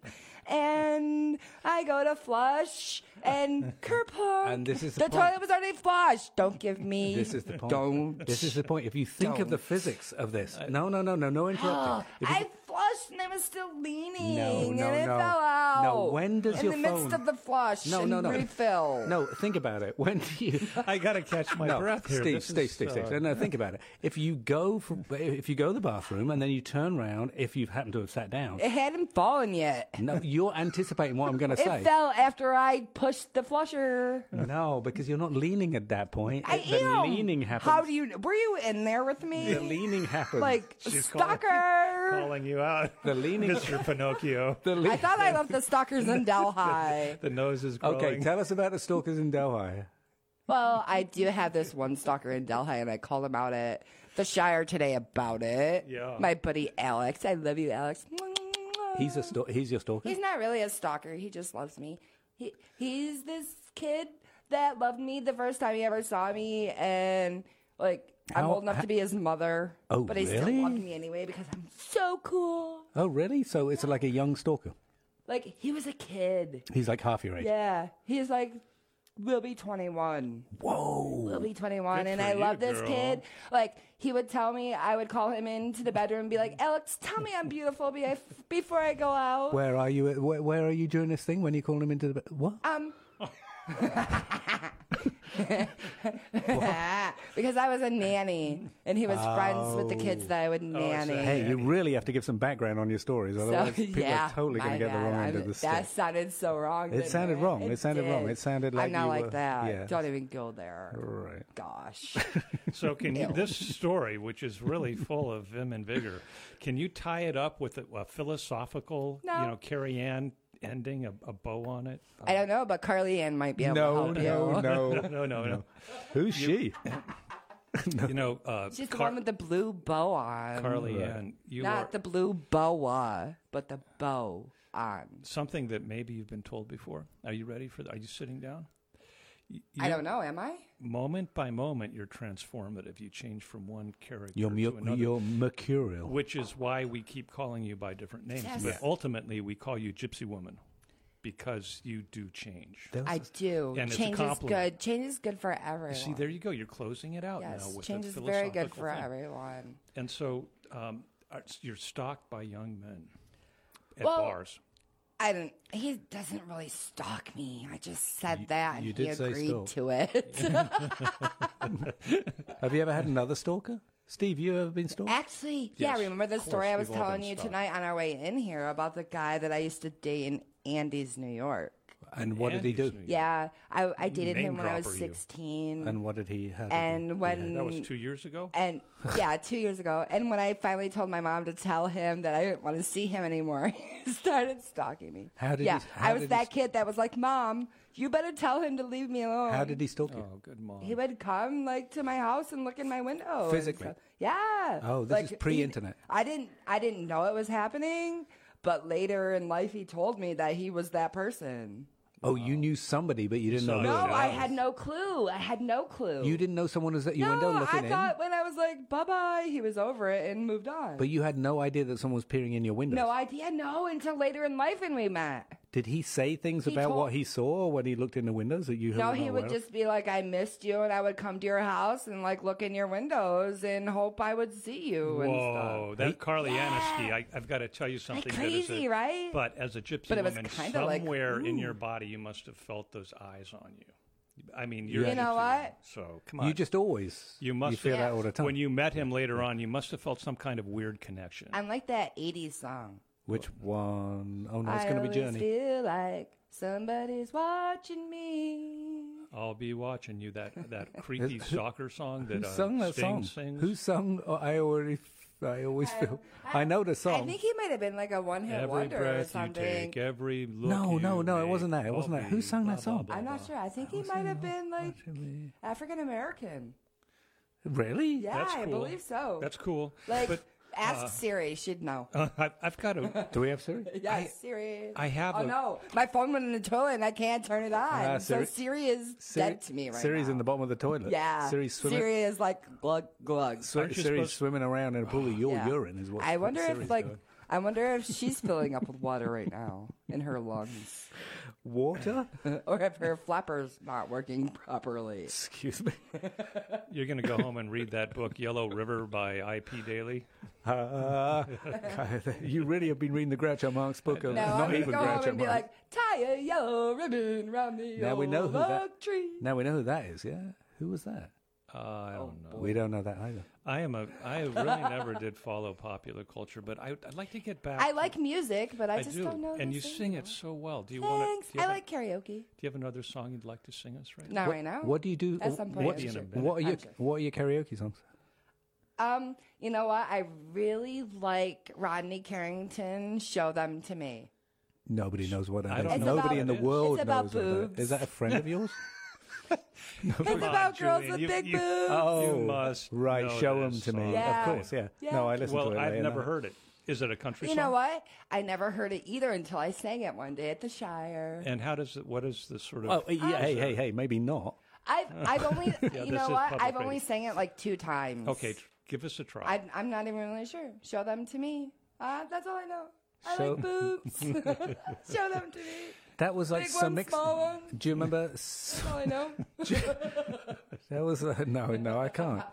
Speaker 4: And I go to flush and kerplunk.
Speaker 3: And this is the
Speaker 4: the
Speaker 3: point.
Speaker 4: toilet was already flushed. Don't give me.
Speaker 3: This is the point.
Speaker 4: Don't.
Speaker 3: This is the point. If you think of the physics of this,
Speaker 2: Uh,
Speaker 3: no, no, no, no, no interrupting. If you-
Speaker 4: I flushed and it was still leaning,
Speaker 3: No, no,
Speaker 4: and it
Speaker 3: no.
Speaker 4: fell out.
Speaker 3: No, when does
Speaker 4: in
Speaker 3: your
Speaker 4: the
Speaker 3: phone-
Speaker 4: midst of the flush?
Speaker 3: no,
Speaker 4: and
Speaker 3: no, no.
Speaker 4: Refill.
Speaker 3: No, think about it. When do you?
Speaker 2: I gotta catch my
Speaker 3: No,
Speaker 2: breath here.
Speaker 3: Steve,
Speaker 2: This
Speaker 3: Steve,
Speaker 2: is,
Speaker 3: Steve, Steve.
Speaker 2: uh,
Speaker 3: No, no, think about it. If you go from, if you go to the bathroom and then you turn around, if you happen to have sat down,
Speaker 4: It hadn't fallen yet.
Speaker 3: no, you're anticipating what I'm going to
Speaker 4: It
Speaker 3: say.
Speaker 4: fell after I pushed the flusher.
Speaker 3: No, because you're not leaning at that point.
Speaker 4: I
Speaker 3: It- the
Speaker 4: am.
Speaker 3: leaning happens.
Speaker 4: How do you? Were you in there with me?
Speaker 3: The leaning happens.
Speaker 4: like
Speaker 2: She's calling-
Speaker 4: stalker.
Speaker 2: calling you out,
Speaker 3: the leaning.
Speaker 2: Mr. Pinocchio.
Speaker 3: The le-
Speaker 4: I thought I left the stalkers in Delhi.
Speaker 2: The nose is growing.
Speaker 3: okay, tell us about the stalkers in Delhi.
Speaker 4: Well, I do have this one stalker in Delhi, and I called him out at the Shire today about it.
Speaker 2: Yeah.
Speaker 4: My buddy Alex. I love you, Alex.
Speaker 3: He's a stalk. He's your stalker.
Speaker 4: He's not really a stalker. He just loves me. He he's this kid that loved me the first time he ever saw me, and like I'm
Speaker 3: How-
Speaker 4: old enough to be his mother.
Speaker 3: Oh,
Speaker 4: but he
Speaker 3: really?
Speaker 4: still loved me anyway because I'm so cool.
Speaker 3: oh, really? So it's like a young stalker.
Speaker 4: Like he was a kid.
Speaker 3: He's like half your age.
Speaker 4: Yeah, he's like. We'll be 21.
Speaker 3: Whoa.
Speaker 4: We'll be 21.
Speaker 2: Good
Speaker 4: and
Speaker 2: for
Speaker 4: I
Speaker 2: you,
Speaker 4: love this
Speaker 2: girl.
Speaker 4: kid. Like, he would tell me, I would call him into the bedroom and be like, Alex, tell me I'm beautiful be- before I go out.
Speaker 3: Where are you? At, where, where are you doing this thing when you call him into the what?
Speaker 4: Um. because I was a nanny and he was friends with the kids that I would nanny.
Speaker 3: Oh, Hey,
Speaker 2: Hey,
Speaker 3: you
Speaker 2: you
Speaker 3: really have to give some background on your stories, otherwise people
Speaker 4: yeah,
Speaker 3: are totally going
Speaker 4: my
Speaker 3: to get the
Speaker 4: bad.
Speaker 3: wrong
Speaker 4: I'm-
Speaker 3: end of the stick.
Speaker 4: That sounded so wrong.
Speaker 3: It
Speaker 4: didn't
Speaker 3: sounded wrong. It sounded wrong.
Speaker 4: did.
Speaker 3: It sounded like
Speaker 4: I'm not
Speaker 3: you
Speaker 4: like
Speaker 3: were-
Speaker 4: that.
Speaker 3: yeah.
Speaker 4: Don't even go there.
Speaker 3: Right.
Speaker 4: Gosh.
Speaker 2: So can you, this story, which is really full of vim and vigor, can you tie it up with a, a philosophical,
Speaker 4: No.
Speaker 2: you know, Carrie Ann ending, a, a bow on it?
Speaker 4: I don't know, but Carly Ann might be able
Speaker 3: No,
Speaker 4: to help
Speaker 3: no,
Speaker 4: you.
Speaker 3: no.
Speaker 2: No, no, no.
Speaker 3: Who's she?
Speaker 2: You know, uh,
Speaker 4: She's the
Speaker 2: Car-
Speaker 4: one with the blue bow on.
Speaker 2: Carly Ann, you
Speaker 4: Not
Speaker 2: are
Speaker 4: the blue boa, but the bow on.
Speaker 2: something that maybe you've been told before. Are you ready for? The, are you sitting down? Y-
Speaker 4: I
Speaker 2: you-
Speaker 4: don't know. Am I?
Speaker 2: Moment by moment, you're transformative. You change from one character
Speaker 3: You're,
Speaker 2: to
Speaker 3: mu-
Speaker 2: another.
Speaker 3: you're mercurial.
Speaker 2: which is why we keep calling you by different names.
Speaker 4: Yes.
Speaker 2: But
Speaker 4: Yeah.
Speaker 2: ultimately, we call you Gypsy Woman because you do change.
Speaker 4: I do.
Speaker 2: And it's a
Speaker 4: change is
Speaker 2: compliment.
Speaker 4: good. Change is good for everyone.
Speaker 2: See, there you go. You're closing it out now.
Speaker 4: yes,
Speaker 2: With
Speaker 4: change
Speaker 2: the
Speaker 4: is very good
Speaker 2: philosophical
Speaker 4: for
Speaker 2: thing.
Speaker 4: everyone.
Speaker 2: And so um, are- you're stalked by young men at
Speaker 4: Well,
Speaker 2: bars.
Speaker 4: I don't. He doesn't really stalk me. I just said that,
Speaker 3: you
Speaker 4: and he
Speaker 3: did say
Speaker 4: agreed
Speaker 3: stalk.
Speaker 4: to it.
Speaker 3: Have you ever had another stalker? Steve, you ever been stalked?
Speaker 4: Actually, yeah, remember the story I was telling you tonight on our way in here about the guy that I used to date in Andy's, New York?
Speaker 3: And what did he do?
Speaker 4: Yeah, I, I dated him
Speaker 2: Name
Speaker 4: when I was
Speaker 2: dropper you.
Speaker 4: 16.
Speaker 3: And what did he have?
Speaker 4: and when
Speaker 2: That was two years ago.
Speaker 4: and yeah, two years ago. And when I finally told my mom to tell him that I didn't want to see him anymore, he started stalking me.
Speaker 3: How did
Speaker 4: yeah,
Speaker 3: he- how
Speaker 4: I was
Speaker 3: did he
Speaker 4: that kid that was like, "Mom, you better tell him to leave me alone."
Speaker 3: How did he stalk you?
Speaker 2: Oh, good mom.
Speaker 4: He would come like to my house and look in my window. and
Speaker 3: Physically?
Speaker 4: stuff. Yeah.
Speaker 3: Oh, this
Speaker 4: Like,
Speaker 3: is pre-internet.
Speaker 4: he- I didn't. I didn't know it was happening. But later in life, he told me that he was that person.
Speaker 3: Oh, you knew somebody, but you didn't know.
Speaker 2: So-
Speaker 3: who.
Speaker 4: No,
Speaker 2: yeah.
Speaker 4: I had no clue. I had no clue.
Speaker 3: Oh, You didn't know someone was at your
Speaker 4: No,
Speaker 3: window
Speaker 4: I
Speaker 3: looking in,
Speaker 4: thought when I was like, "Bye bye," he was over it and moved on.
Speaker 3: but you had no idea that someone was peering in your window.
Speaker 4: No idea. No, until later in life when we met.
Speaker 3: Did he say things
Speaker 4: He
Speaker 3: about
Speaker 4: told-
Speaker 3: what he saw when he looked in the windows that you?
Speaker 4: No,
Speaker 3: were
Speaker 4: he
Speaker 3: unaware
Speaker 4: would
Speaker 3: of?
Speaker 4: just be like, "I missed you," and I would come to your house and like look in your windows and hope I would see you and
Speaker 2: Whoa,
Speaker 4: stuff.
Speaker 2: that Carly Anasky, I, I've got to tell you something. that is
Speaker 4: crazy,
Speaker 2: a-
Speaker 4: right?
Speaker 2: But as a gypsy
Speaker 4: But it was
Speaker 2: woman,
Speaker 4: kinda like,
Speaker 2: somewhere in your body, you must have felt those eyes on you. I mean, you're
Speaker 4: You
Speaker 2: a
Speaker 4: know
Speaker 2: gypsy woman,
Speaker 4: what?
Speaker 2: So come on,
Speaker 3: You just always.
Speaker 2: you must
Speaker 3: feel
Speaker 2: have-
Speaker 3: that all the time.
Speaker 2: When you met him later on, you must have felt some kind of weird connection.
Speaker 4: I'm like that '80s song.
Speaker 3: Which one? Oh no, it's
Speaker 4: I
Speaker 3: going to be
Speaker 4: always
Speaker 3: Journey.
Speaker 4: Feel like somebody's watching me.
Speaker 2: I'll be watching you. That that creepy soccer song that
Speaker 3: Who
Speaker 2: uh,
Speaker 3: sung that
Speaker 2: Sting
Speaker 3: song?
Speaker 2: sings.
Speaker 3: Who sung? Oh, I already. f- I always feel. I, know the song.
Speaker 4: I think he might have been like a one-hit
Speaker 2: every
Speaker 4: wonder or
Speaker 2: breath you
Speaker 4: something.
Speaker 2: take, every look.
Speaker 3: No, no,
Speaker 2: you
Speaker 3: no, it
Speaker 2: make,
Speaker 3: wasn't that, it wasn't
Speaker 2: I'll
Speaker 3: that. Who
Speaker 2: be
Speaker 3: sang that
Speaker 2: blah, blah,
Speaker 3: song?
Speaker 2: blah,
Speaker 4: I'm
Speaker 2: blah.
Speaker 4: not sure. I think he might have been like African American.
Speaker 3: really?
Speaker 4: Yeah,
Speaker 2: That's
Speaker 4: I
Speaker 2: cool.
Speaker 4: believe so.
Speaker 2: That's cool.
Speaker 4: like,
Speaker 2: but
Speaker 4: ask
Speaker 3: uh,
Speaker 4: Siri. She'd know.
Speaker 2: uh, I've, I've got a
Speaker 3: Do we have Siri?
Speaker 4: Yes, Siri.
Speaker 2: I have
Speaker 4: Oh
Speaker 2: a-
Speaker 4: no, my phone went in the toilet and I can't turn it on.
Speaker 3: Ah, Siri-
Speaker 4: So Siri is
Speaker 3: Siri-
Speaker 4: dead to me right
Speaker 3: Siri's
Speaker 4: now.
Speaker 3: in the bottom of the toilet.
Speaker 4: yeah.
Speaker 3: Siri's swimming.
Speaker 4: Siri is like glug glug.
Speaker 3: Sir-
Speaker 2: Aren't you
Speaker 3: Siri's
Speaker 2: supposed-
Speaker 3: swimming around in a pool of your
Speaker 4: Yeah.
Speaker 3: urine. Is what
Speaker 4: I wonder
Speaker 3: Siri's
Speaker 4: if like
Speaker 3: doing.
Speaker 4: I wonder if she's filling up with water right now in her lungs,
Speaker 3: water.
Speaker 4: or if her flapper's not working properly.
Speaker 3: Excuse me.
Speaker 2: You're going to go home and read that book, Yellow River by IP Daily.
Speaker 3: Uh, you really have been reading the Groucho Marx book. Of,
Speaker 4: No,
Speaker 3: not
Speaker 4: I'm gonna
Speaker 3: even
Speaker 4: go home
Speaker 3: Groucho
Speaker 4: and be
Speaker 3: Marx.
Speaker 4: like, tie a yellow ribbon round the
Speaker 3: Now
Speaker 4: old
Speaker 3: we know who that-
Speaker 4: oak tree.
Speaker 3: now we know who that is. Yeah, who was that?
Speaker 2: Uh, I don't
Speaker 4: Oh.
Speaker 2: know.
Speaker 3: We don't know that either.
Speaker 2: I am a. I really never did follow popular culture, but I, I'd like to get back.
Speaker 4: I
Speaker 2: to-
Speaker 4: like music, but I,
Speaker 2: I
Speaker 4: just
Speaker 2: do,
Speaker 4: don't know.
Speaker 2: and
Speaker 4: the
Speaker 2: you
Speaker 4: singers.
Speaker 2: sing it so well. Do you want
Speaker 4: Thanks.
Speaker 2: to? Do you
Speaker 4: I
Speaker 2: have a-
Speaker 4: like karaoke.
Speaker 2: Do you have another song you'd like to sing us right now?
Speaker 4: Not right now.
Speaker 3: What do you do?
Speaker 4: At some point,
Speaker 3: what,
Speaker 4: I'm
Speaker 2: sure.
Speaker 3: what are your
Speaker 4: I'm sure.
Speaker 3: What are your karaoke songs?
Speaker 4: Um, you know what? I really like Rodney Carrington. Show them to me.
Speaker 3: Nobody knows what that
Speaker 2: I
Speaker 3: is.
Speaker 2: don't
Speaker 4: It's know
Speaker 3: Nobody
Speaker 4: about-
Speaker 3: in the
Speaker 4: it's
Speaker 3: world
Speaker 4: about
Speaker 3: knows what that
Speaker 4: boobs.
Speaker 3: is. Is that a friend of yours?
Speaker 4: It's about girls
Speaker 2: Julian,
Speaker 4: with
Speaker 2: you-
Speaker 4: big
Speaker 2: you- oh,
Speaker 4: boobs.
Speaker 2: You must
Speaker 3: Oh, right.
Speaker 2: know
Speaker 3: Show them
Speaker 2: this
Speaker 3: to me.
Speaker 2: song.
Speaker 4: Yeah.
Speaker 3: Of course. Yeah.
Speaker 4: Yeah.
Speaker 3: No, I listen to
Speaker 2: Well,
Speaker 3: it.
Speaker 2: I've
Speaker 3: later,
Speaker 2: never
Speaker 3: no.
Speaker 2: heard it. Is it a country
Speaker 4: you
Speaker 2: song?
Speaker 4: know what? I never heard it either until I sang it one day at the Shire.
Speaker 2: And how does it? What is the sort of?
Speaker 3: Oh, yeah, hey, hey, hey. Maybe not.
Speaker 4: I've I've only
Speaker 2: this
Speaker 4: you know
Speaker 2: is
Speaker 4: what?
Speaker 2: public
Speaker 4: I've only
Speaker 2: radio.
Speaker 4: sang it like two times.
Speaker 2: okay, tr- give us a try.
Speaker 4: I'm I'm not even really sure. Show them to me. Uh, that's all I know. I
Speaker 3: Show-
Speaker 4: like boobs. Show them to me.
Speaker 3: That was like
Speaker 4: Big
Speaker 3: some
Speaker 4: one,
Speaker 3: mix.
Speaker 4: small one.
Speaker 3: Do you remember? s-
Speaker 4: That's all I know.
Speaker 3: That was uh, no, no. I can't.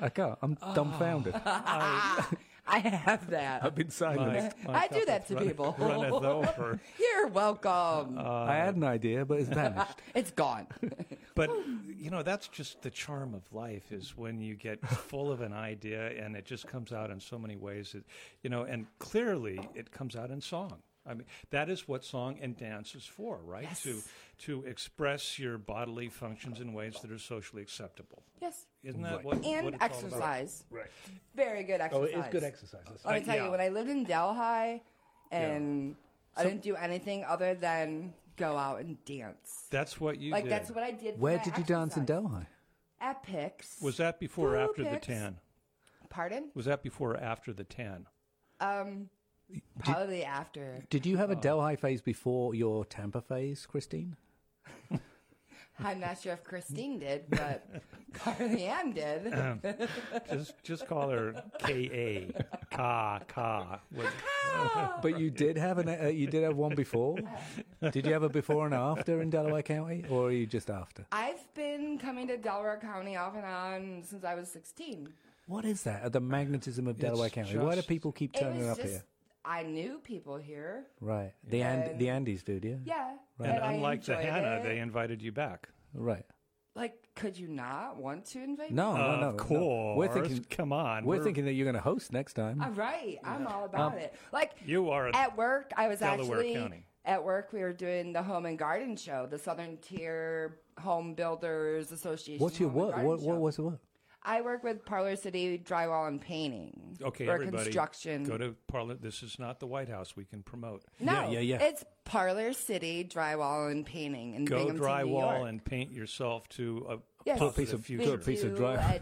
Speaker 3: I can't. I'm
Speaker 2: Ah.
Speaker 3: dumbfounded.
Speaker 4: Ah, I have that.
Speaker 3: I've been silenced.
Speaker 4: I do that to people.
Speaker 2: Runneth over.
Speaker 4: You're welcome. Ah,
Speaker 3: I had an idea, but it's vanished.
Speaker 4: it's gone.
Speaker 2: But you know, that's just the charm of life is when you get full of an idea and it just comes out in so many ways. That, you know, and clearly it comes out in song. I mean, that is what song and dance is for, right? To to express your bodily functions in ways that are socially acceptable.
Speaker 4: yes.
Speaker 2: Isn't that what? what
Speaker 4: And
Speaker 2: it's all about?
Speaker 4: exercise. Right. Very good exercise.
Speaker 3: Oh, exercise.
Speaker 4: Let me tell
Speaker 2: yeah.
Speaker 4: you, when I lived in Delhi, and I didn't do anything other than go out and dance.
Speaker 2: That's what you
Speaker 4: Like
Speaker 2: did.
Speaker 4: that's what I did. for
Speaker 3: Where
Speaker 4: my
Speaker 3: did you dance in
Speaker 4: exercise.
Speaker 3: Delhi?
Speaker 4: At Pix.
Speaker 2: was that before or
Speaker 4: Blue
Speaker 2: after
Speaker 4: pics.
Speaker 2: the tan?
Speaker 4: Pardon?
Speaker 2: Was that before or after the tan?
Speaker 4: Um, probably after.
Speaker 3: Did you
Speaker 2: Oh.
Speaker 3: have a Delhi phase before your Tampa phase, Christine?
Speaker 4: I'm not sure if Christine did, but Carly Ann did.
Speaker 2: Just just call her K A Ka Ka. What- Um,
Speaker 3: But you did have an. Uh, you did have one before. did you have a before and after in Delaware County, or are you just after?
Speaker 4: I've been coming to Delaware County off and on since I was 16.
Speaker 3: What is that? The magnetism of Delaware County. Why do
Speaker 2: just-
Speaker 3: people keep
Speaker 4: It
Speaker 3: turning
Speaker 4: was
Speaker 3: up
Speaker 4: just
Speaker 3: here?
Speaker 4: I knew people here.
Speaker 3: Right. The and, the Andes do, do you?
Speaker 4: Yeah.
Speaker 2: And
Speaker 4: I
Speaker 2: unlike the
Speaker 4: enjoyed
Speaker 2: Hannah,
Speaker 4: it.
Speaker 2: they invited you back.
Speaker 3: Right.
Speaker 4: Like, could you not want to invite?
Speaker 3: No,
Speaker 4: me?
Speaker 3: no, no,
Speaker 2: of
Speaker 3: no.
Speaker 2: course.
Speaker 3: We're thinking.
Speaker 2: Come on.
Speaker 3: We're,
Speaker 2: We're-
Speaker 3: thinking that you're going to host next time.
Speaker 4: I'm right. I'm all
Speaker 3: Um,
Speaker 4: about it. Like
Speaker 2: You are a
Speaker 4: at work. I was
Speaker 2: Delaware
Speaker 4: actually
Speaker 2: County.
Speaker 4: at work. We were doing the home and garden show, the Southern Tier Home Builders Association.
Speaker 3: What's your
Speaker 4: home and
Speaker 3: what?
Speaker 4: garden
Speaker 3: What,
Speaker 4: show.
Speaker 3: what? What's the what?
Speaker 4: I work with Parlor City Drywall and Painting.
Speaker 2: Okay,
Speaker 4: or
Speaker 2: everybody,
Speaker 4: construction.
Speaker 2: go to Parlor. This is not the White House. We can promote.
Speaker 4: no,
Speaker 3: Yeah, yeah, yeah.
Speaker 4: It's Parlor City Drywall and Painting in
Speaker 2: Go
Speaker 4: Binghamton, New York.
Speaker 2: drywall and paint yourself to a
Speaker 4: Yes.
Speaker 2: positive
Speaker 4: Piece
Speaker 3: of-
Speaker 4: We
Speaker 2: future.
Speaker 3: good piece of
Speaker 4: do
Speaker 3: drywall.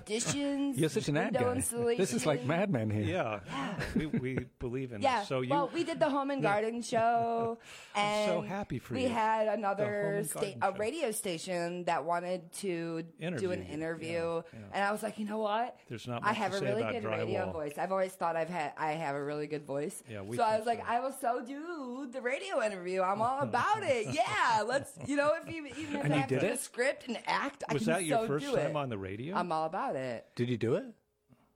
Speaker 4: Additions.
Speaker 3: You're such an ad
Speaker 4: window
Speaker 3: guy. This is like
Speaker 4: installation.
Speaker 3: Mad Men here.
Speaker 2: Yeah, we, we believe in
Speaker 4: Yeah.
Speaker 2: this. So you,
Speaker 4: well, we did the home and garden show, and
Speaker 2: so happy for
Speaker 4: we
Speaker 2: you.
Speaker 4: had
Speaker 2: home
Speaker 4: another
Speaker 2: and
Speaker 4: sta-
Speaker 2: garden
Speaker 4: a
Speaker 2: show.
Speaker 4: radio station that wanted to
Speaker 2: Interview
Speaker 4: do an
Speaker 2: you.
Speaker 4: interview,
Speaker 2: Yeah,
Speaker 4: and I was like, you know what?
Speaker 2: There's not
Speaker 4: I
Speaker 2: much
Speaker 4: have
Speaker 2: to
Speaker 4: a
Speaker 2: say
Speaker 4: really
Speaker 2: about
Speaker 4: good radio
Speaker 2: drywall.
Speaker 4: voice. I've always thought I've had I have a really good voice.
Speaker 2: Yeah, we
Speaker 4: so I
Speaker 2: think
Speaker 4: was like,
Speaker 2: so.
Speaker 4: I will so do the radio interview. I'm all about it. Yeah, let's you know if you even if I
Speaker 3: you
Speaker 4: have to
Speaker 3: did
Speaker 4: do
Speaker 3: it?
Speaker 4: a script and act, I
Speaker 2: was
Speaker 4: can
Speaker 2: that your
Speaker 4: so
Speaker 2: first
Speaker 4: do
Speaker 2: time
Speaker 4: it. Um,
Speaker 2: on the radio?
Speaker 4: I'm all about it.
Speaker 3: Did you do it?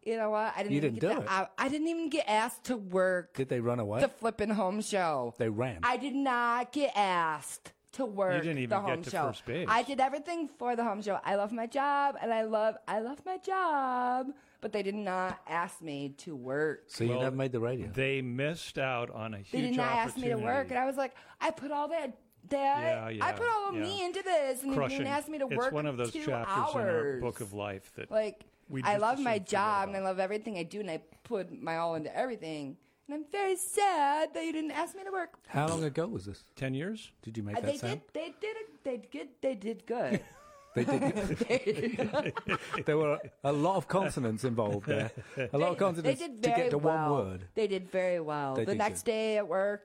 Speaker 4: You know what? I didn't
Speaker 3: You
Speaker 4: even
Speaker 3: didn't
Speaker 4: get
Speaker 3: do
Speaker 4: the-
Speaker 3: it.
Speaker 4: I, I didn't even get asked to work
Speaker 3: Did they run away?
Speaker 4: the flipping home show.
Speaker 3: they ran.
Speaker 4: I did not get asked to work
Speaker 2: didn't even
Speaker 4: the
Speaker 2: get
Speaker 4: home
Speaker 2: to
Speaker 4: show.
Speaker 2: first base.
Speaker 4: I did everything for the home show. I love my job and I love I love my job, but they did not ask me to work.
Speaker 3: so you
Speaker 2: Well,
Speaker 3: never made the radio.
Speaker 2: They missed out on a huge
Speaker 4: They did not ask me
Speaker 2: opportunity.
Speaker 4: to work and I was like, I put all that that
Speaker 2: Yeah, yeah,
Speaker 4: I put all of
Speaker 2: yeah.
Speaker 4: me into this and
Speaker 2: Crushing.
Speaker 4: you didn't ask me to work
Speaker 2: It's one of those
Speaker 4: two
Speaker 2: chapters
Speaker 4: hours.
Speaker 2: in our book of life that
Speaker 4: Like
Speaker 2: We
Speaker 4: I
Speaker 2: just
Speaker 4: love
Speaker 2: assume
Speaker 4: my
Speaker 2: forget
Speaker 4: job
Speaker 2: about
Speaker 4: and I
Speaker 2: it.
Speaker 4: love everything I do and I put my all into everything. And I'm very sad that you didn't ask me to work.
Speaker 3: How long ago was this?
Speaker 2: ten years.
Speaker 3: Did you make
Speaker 4: Uh,
Speaker 3: that
Speaker 4: they
Speaker 3: sound?
Speaker 4: did. They did. A, they did. They did good.
Speaker 3: They did. there were a lot of consonants involved there. A lot of
Speaker 4: they
Speaker 3: consonants
Speaker 4: did
Speaker 3: to
Speaker 4: very
Speaker 3: get to
Speaker 4: well.
Speaker 3: one word.
Speaker 4: They did very well.
Speaker 3: They
Speaker 4: the
Speaker 3: did
Speaker 4: next
Speaker 3: good.
Speaker 4: day at work,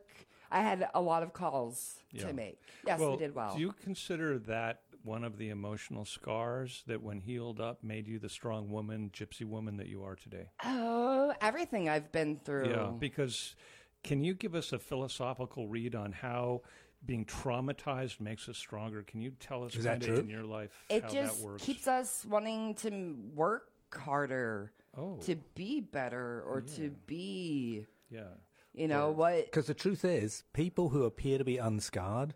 Speaker 4: I had a lot of calls
Speaker 2: Yeah.
Speaker 4: to make. Yes,
Speaker 2: well,
Speaker 4: we did well.
Speaker 2: Do you consider that one of the emotional scars that, when healed up, made you the strong woman, gypsy woman that you are today?
Speaker 4: oh, everything I've been through.
Speaker 2: Yeah, because can you give us a philosophical read on how being traumatized makes us stronger? Can you tell us
Speaker 3: Is that
Speaker 2: kinda
Speaker 3: true?
Speaker 2: in your life
Speaker 4: it
Speaker 2: how
Speaker 4: just
Speaker 2: that works?
Speaker 4: keeps us wanting to m- work harder,
Speaker 2: Oh.
Speaker 4: to be better, or to be,
Speaker 2: yeah,
Speaker 4: you know, what
Speaker 3: Because the truth is, people who appear to be unscarred,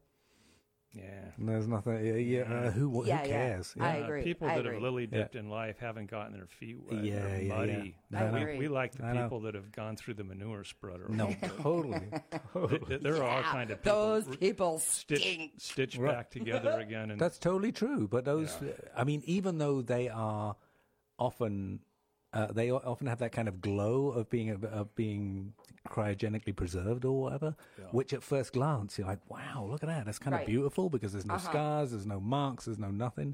Speaker 2: yeah.
Speaker 3: there's nothing. Yeah, yeah, uh, who, who
Speaker 4: Yeah, yeah.
Speaker 3: cares?
Speaker 4: I
Speaker 2: Uh,
Speaker 4: agree.
Speaker 2: people
Speaker 4: I
Speaker 2: that
Speaker 4: agree.
Speaker 2: have lily dipped in life haven't gotten their feet wet.
Speaker 3: Yeah,
Speaker 2: They're
Speaker 3: yeah, yeah.
Speaker 2: muddy.
Speaker 3: I
Speaker 2: We-
Speaker 4: agree.
Speaker 2: We, like the
Speaker 3: I know.
Speaker 2: people that have gone through the manure spreader.
Speaker 3: No, totally.
Speaker 2: Th- th- there are all
Speaker 4: Ah,
Speaker 2: kind of people.
Speaker 4: those people
Speaker 2: Stitch,
Speaker 4: stink.
Speaker 2: stitch
Speaker 3: Right.
Speaker 2: back together again, and
Speaker 3: That's totally true. But those, I mean, even though they are often, uh, they o- often have that kind of glow of being of being cryogenically preserved or whatever, which at first glance you're like, wow, look at that, that's kind
Speaker 4: Right. Uh-huh.
Speaker 3: of beautiful because there's no scars, there's no marks, there's no nothing.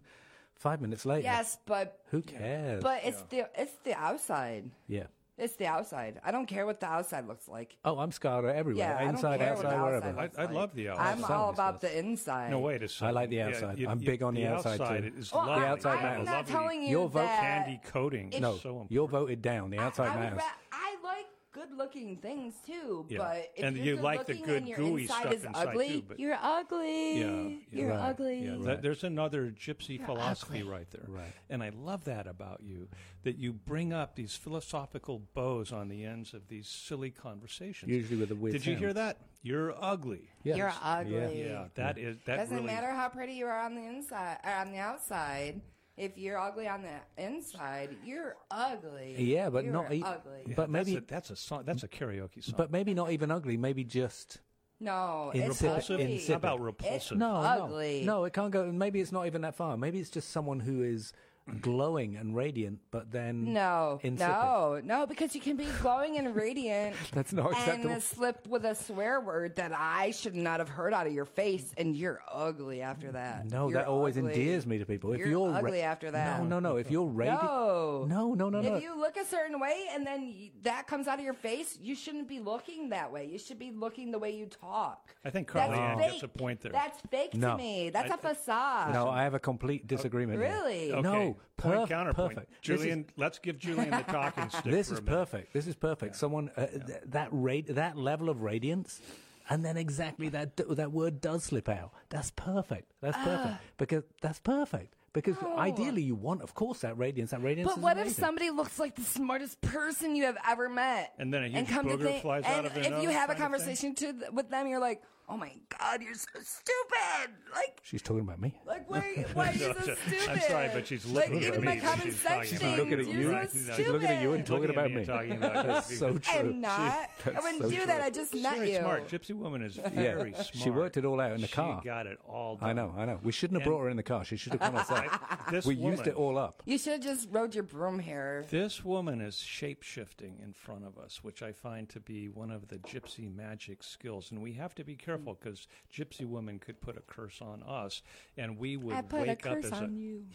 Speaker 3: Five minutes later,
Speaker 4: Yes, but
Speaker 3: who cares?
Speaker 4: but it's the it's the outside.
Speaker 3: yeah.
Speaker 4: It's the outside. I don't care what the outside looks like.
Speaker 3: Oh, I'm scarred everywhere,
Speaker 4: Yeah, I don't
Speaker 3: inside,
Speaker 4: care what
Speaker 3: outside,
Speaker 4: the
Speaker 3: wherever.
Speaker 4: outside looks
Speaker 2: I- I
Speaker 4: like.
Speaker 2: love the
Speaker 4: I'm
Speaker 2: outside.
Speaker 4: all about the inside.
Speaker 2: no, wait a second.
Speaker 3: like the
Speaker 2: Yeah,
Speaker 3: outside.
Speaker 2: you-
Speaker 3: I'm
Speaker 2: you-
Speaker 3: big on the outside, too.
Speaker 2: is
Speaker 4: Well,
Speaker 2: lovely.
Speaker 3: The outside
Speaker 4: I,
Speaker 3: matters.
Speaker 4: I'm not
Speaker 2: Lovely
Speaker 4: telling you
Speaker 3: Your vote
Speaker 4: that
Speaker 2: candy coating. is
Speaker 3: No,
Speaker 2: so important.
Speaker 3: you're voted down. The outside
Speaker 4: I, I,
Speaker 3: matters.
Speaker 4: would ra- I like good-looking things too,
Speaker 2: Yeah.
Speaker 4: but if
Speaker 2: And
Speaker 4: you're
Speaker 2: you like the
Speaker 4: good-looking
Speaker 2: good
Speaker 4: and your
Speaker 2: gooey
Speaker 4: inside
Speaker 2: stuff
Speaker 4: is
Speaker 2: inside,
Speaker 4: ugly,
Speaker 2: too, but-
Speaker 4: you're ugly.
Speaker 2: Yeah, yeah.
Speaker 4: you're
Speaker 3: Right.
Speaker 4: ugly.
Speaker 2: Yeah, that, there's another gypsy philosophy right there.
Speaker 3: Right.
Speaker 2: And I love that about you, that you bring up these philosophical bows on the ends of these silly conversations.
Speaker 3: Usually with a weird
Speaker 2: Did you hear
Speaker 3: sound.
Speaker 2: that? You're ugly.
Speaker 3: Yes.
Speaker 4: You're ugly.
Speaker 2: Yeah, that is that
Speaker 4: Doesn't
Speaker 2: really,
Speaker 4: matter how pretty you are on the inside or on the outside. If you're ugly on the inside, you're ugly.
Speaker 3: Yeah, but
Speaker 4: You're
Speaker 3: not e-
Speaker 4: ugly.
Speaker 2: Yeah, that's
Speaker 3: But maybe-
Speaker 2: a, that's a song. That's a karaoke song.
Speaker 3: But maybe not even ugly. Maybe just
Speaker 4: No,
Speaker 3: In
Speaker 4: it's
Speaker 3: repulsive-
Speaker 4: ugly.
Speaker 2: how about repulsive?
Speaker 3: no,
Speaker 4: Ugly.
Speaker 3: no, no. It can't go. Maybe it's not even that far. Maybe it's just someone who is glowing and radiant, but then
Speaker 4: No,
Speaker 3: insipid.
Speaker 4: no, no, because you can be glowing and radiant.
Speaker 3: That's not
Speaker 4: and
Speaker 3: acceptable.
Speaker 4: a slip with a swear word that I should not have heard out of your face, and you're ugly after that.
Speaker 3: No,
Speaker 4: You're
Speaker 3: that always
Speaker 4: ugly.
Speaker 3: endears me to people. If
Speaker 4: You're
Speaker 3: you're, ra-
Speaker 4: ugly after that.
Speaker 3: no, no, no. If you're radiant,
Speaker 4: No.
Speaker 3: no, no, no, no.
Speaker 4: If you look a certain way and then y- that comes out of your face, you shouldn't be looking that way. You should be looking the way you talk.
Speaker 2: I think
Speaker 4: That's
Speaker 2: Carly
Speaker 4: fake.
Speaker 2: gets a point there.
Speaker 4: That's fake
Speaker 3: No.
Speaker 4: to me. That's a facade.
Speaker 3: no, I have a complete disagreement. here.
Speaker 4: Really? Okay.
Speaker 3: No.
Speaker 2: point
Speaker 3: perf-
Speaker 2: counterpoint.
Speaker 3: Perfect. This is-
Speaker 2: Julian, let's give Julian the talking stick.
Speaker 3: This
Speaker 2: for
Speaker 3: is
Speaker 2: a minute.
Speaker 3: perfect. This is perfect. Someone uh, th- that rate that level of radiance, and then exactly that d- that word does slip out. That's perfect. That's
Speaker 2: Ah.
Speaker 3: perfect because that's perfect because
Speaker 2: Oh.
Speaker 3: ideally you want, of course, that radiance. That radiance.
Speaker 4: But
Speaker 3: is
Speaker 4: what if
Speaker 3: amazing.
Speaker 4: somebody looks like the smartest person you have ever met?
Speaker 2: And then a huge
Speaker 4: to
Speaker 2: booger flies out
Speaker 4: and
Speaker 2: of their
Speaker 4: if
Speaker 2: nose
Speaker 4: you have a
Speaker 2: kind of thing?
Speaker 4: conversation to th- with them, you're like, oh my God, you're so stupid. Like,
Speaker 3: She's talking about me.
Speaker 4: like why, why are you so stupid?
Speaker 2: I'm sorry, but she's
Speaker 4: like,
Speaker 2: looking
Speaker 4: even
Speaker 2: at
Speaker 4: my
Speaker 2: me.
Speaker 4: comment
Speaker 2: She's talking
Speaker 4: section.
Speaker 2: about-
Speaker 3: Looking at
Speaker 4: you're
Speaker 3: you.
Speaker 4: so
Speaker 2: Right, no,
Speaker 4: stupid.
Speaker 2: she's
Speaker 3: looking at you and
Speaker 2: Looking
Speaker 3: Talking
Speaker 2: at me
Speaker 3: about
Speaker 2: and
Speaker 3: me.
Speaker 2: talking about
Speaker 3: That's so true.
Speaker 4: I'm not. I
Speaker 3: That's
Speaker 4: wouldn't
Speaker 3: so
Speaker 4: do
Speaker 3: true.
Speaker 4: that. I just met
Speaker 2: very
Speaker 4: you.
Speaker 2: smart. Gypsy woman is very
Speaker 3: Yeah.
Speaker 2: smart.
Speaker 3: She worked it all out in the
Speaker 2: She
Speaker 3: car.
Speaker 2: got it all. Done.
Speaker 3: I know, I know. We shouldn't have
Speaker 2: And-
Speaker 3: brought her in the car. She should have come outside.
Speaker 2: This
Speaker 3: we
Speaker 2: woman,
Speaker 3: used it all up.
Speaker 4: You should have just rode your broom here.
Speaker 2: This woman is shape shifting in front of us, which I find to be one of the gypsy magic skills. And we have to be careful
Speaker 3: Mm.
Speaker 2: because gypsy woman could put a curse on us, and we would
Speaker 4: I put a
Speaker 2: wake
Speaker 4: curse
Speaker 2: up as
Speaker 4: on
Speaker 2: a.
Speaker 4: you.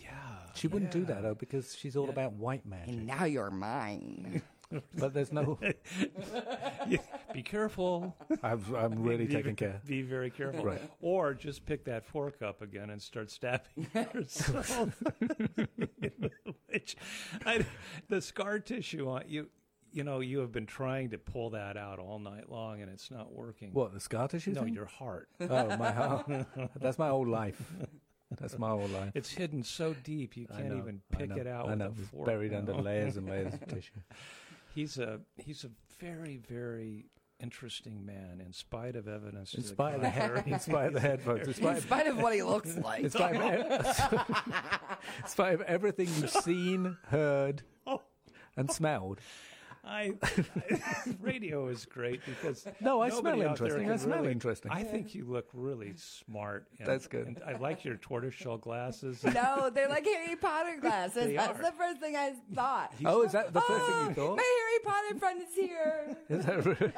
Speaker 3: She wouldn't do that though because she's all about white magic.
Speaker 4: And now you're mine.
Speaker 3: But there's no.
Speaker 2: Be careful.
Speaker 3: I've, I'm really
Speaker 2: Be-
Speaker 3: taking care.
Speaker 2: Be very careful.
Speaker 3: Right.
Speaker 2: Or just pick that fork up again and start stabbing yourself. Which, I, the scar tissue on you, you know, you have been trying to pull that out all night long and it's not working.
Speaker 3: What the scar tissue?
Speaker 2: no,
Speaker 3: thing?
Speaker 2: your heart.
Speaker 3: Oh my heart. That's my whole life. That's my whole life.
Speaker 2: It's hidden so deep you
Speaker 3: I
Speaker 2: can't
Speaker 3: know,
Speaker 2: even
Speaker 3: I
Speaker 2: pick
Speaker 3: know,
Speaker 2: it out
Speaker 3: I
Speaker 2: with
Speaker 3: know.
Speaker 2: a
Speaker 3: It's
Speaker 2: fork.
Speaker 3: buried
Speaker 2: now.
Speaker 3: under layers and layers of tissue.
Speaker 2: He's a he's a very very interesting man in spite of evidence.
Speaker 3: In
Speaker 2: to the
Speaker 3: spite of the hair,
Speaker 2: contrary.
Speaker 3: in spite of the headphones, in
Speaker 4: In
Speaker 3: spite of,
Speaker 4: spite of what he looks like.
Speaker 3: in spite of, in spite of everything you've seen, heard, and smelled.
Speaker 2: I, radio is great because
Speaker 3: No, I
Speaker 2: nobody
Speaker 3: smell
Speaker 2: out there
Speaker 3: interesting.
Speaker 2: can
Speaker 3: I smell
Speaker 2: really-
Speaker 3: interesting.
Speaker 2: I think you look really smart. And,
Speaker 3: That's good.
Speaker 2: And I like your tortoiseshell glasses.
Speaker 4: No, they're like Harry Potter glasses.
Speaker 2: They
Speaker 4: That's
Speaker 2: are.
Speaker 4: the first thing I thought.
Speaker 3: Oh, is that the first thing
Speaker 4: Ah,
Speaker 3: you thought?
Speaker 4: My Harry Potter friend is here.
Speaker 3: Is that rude?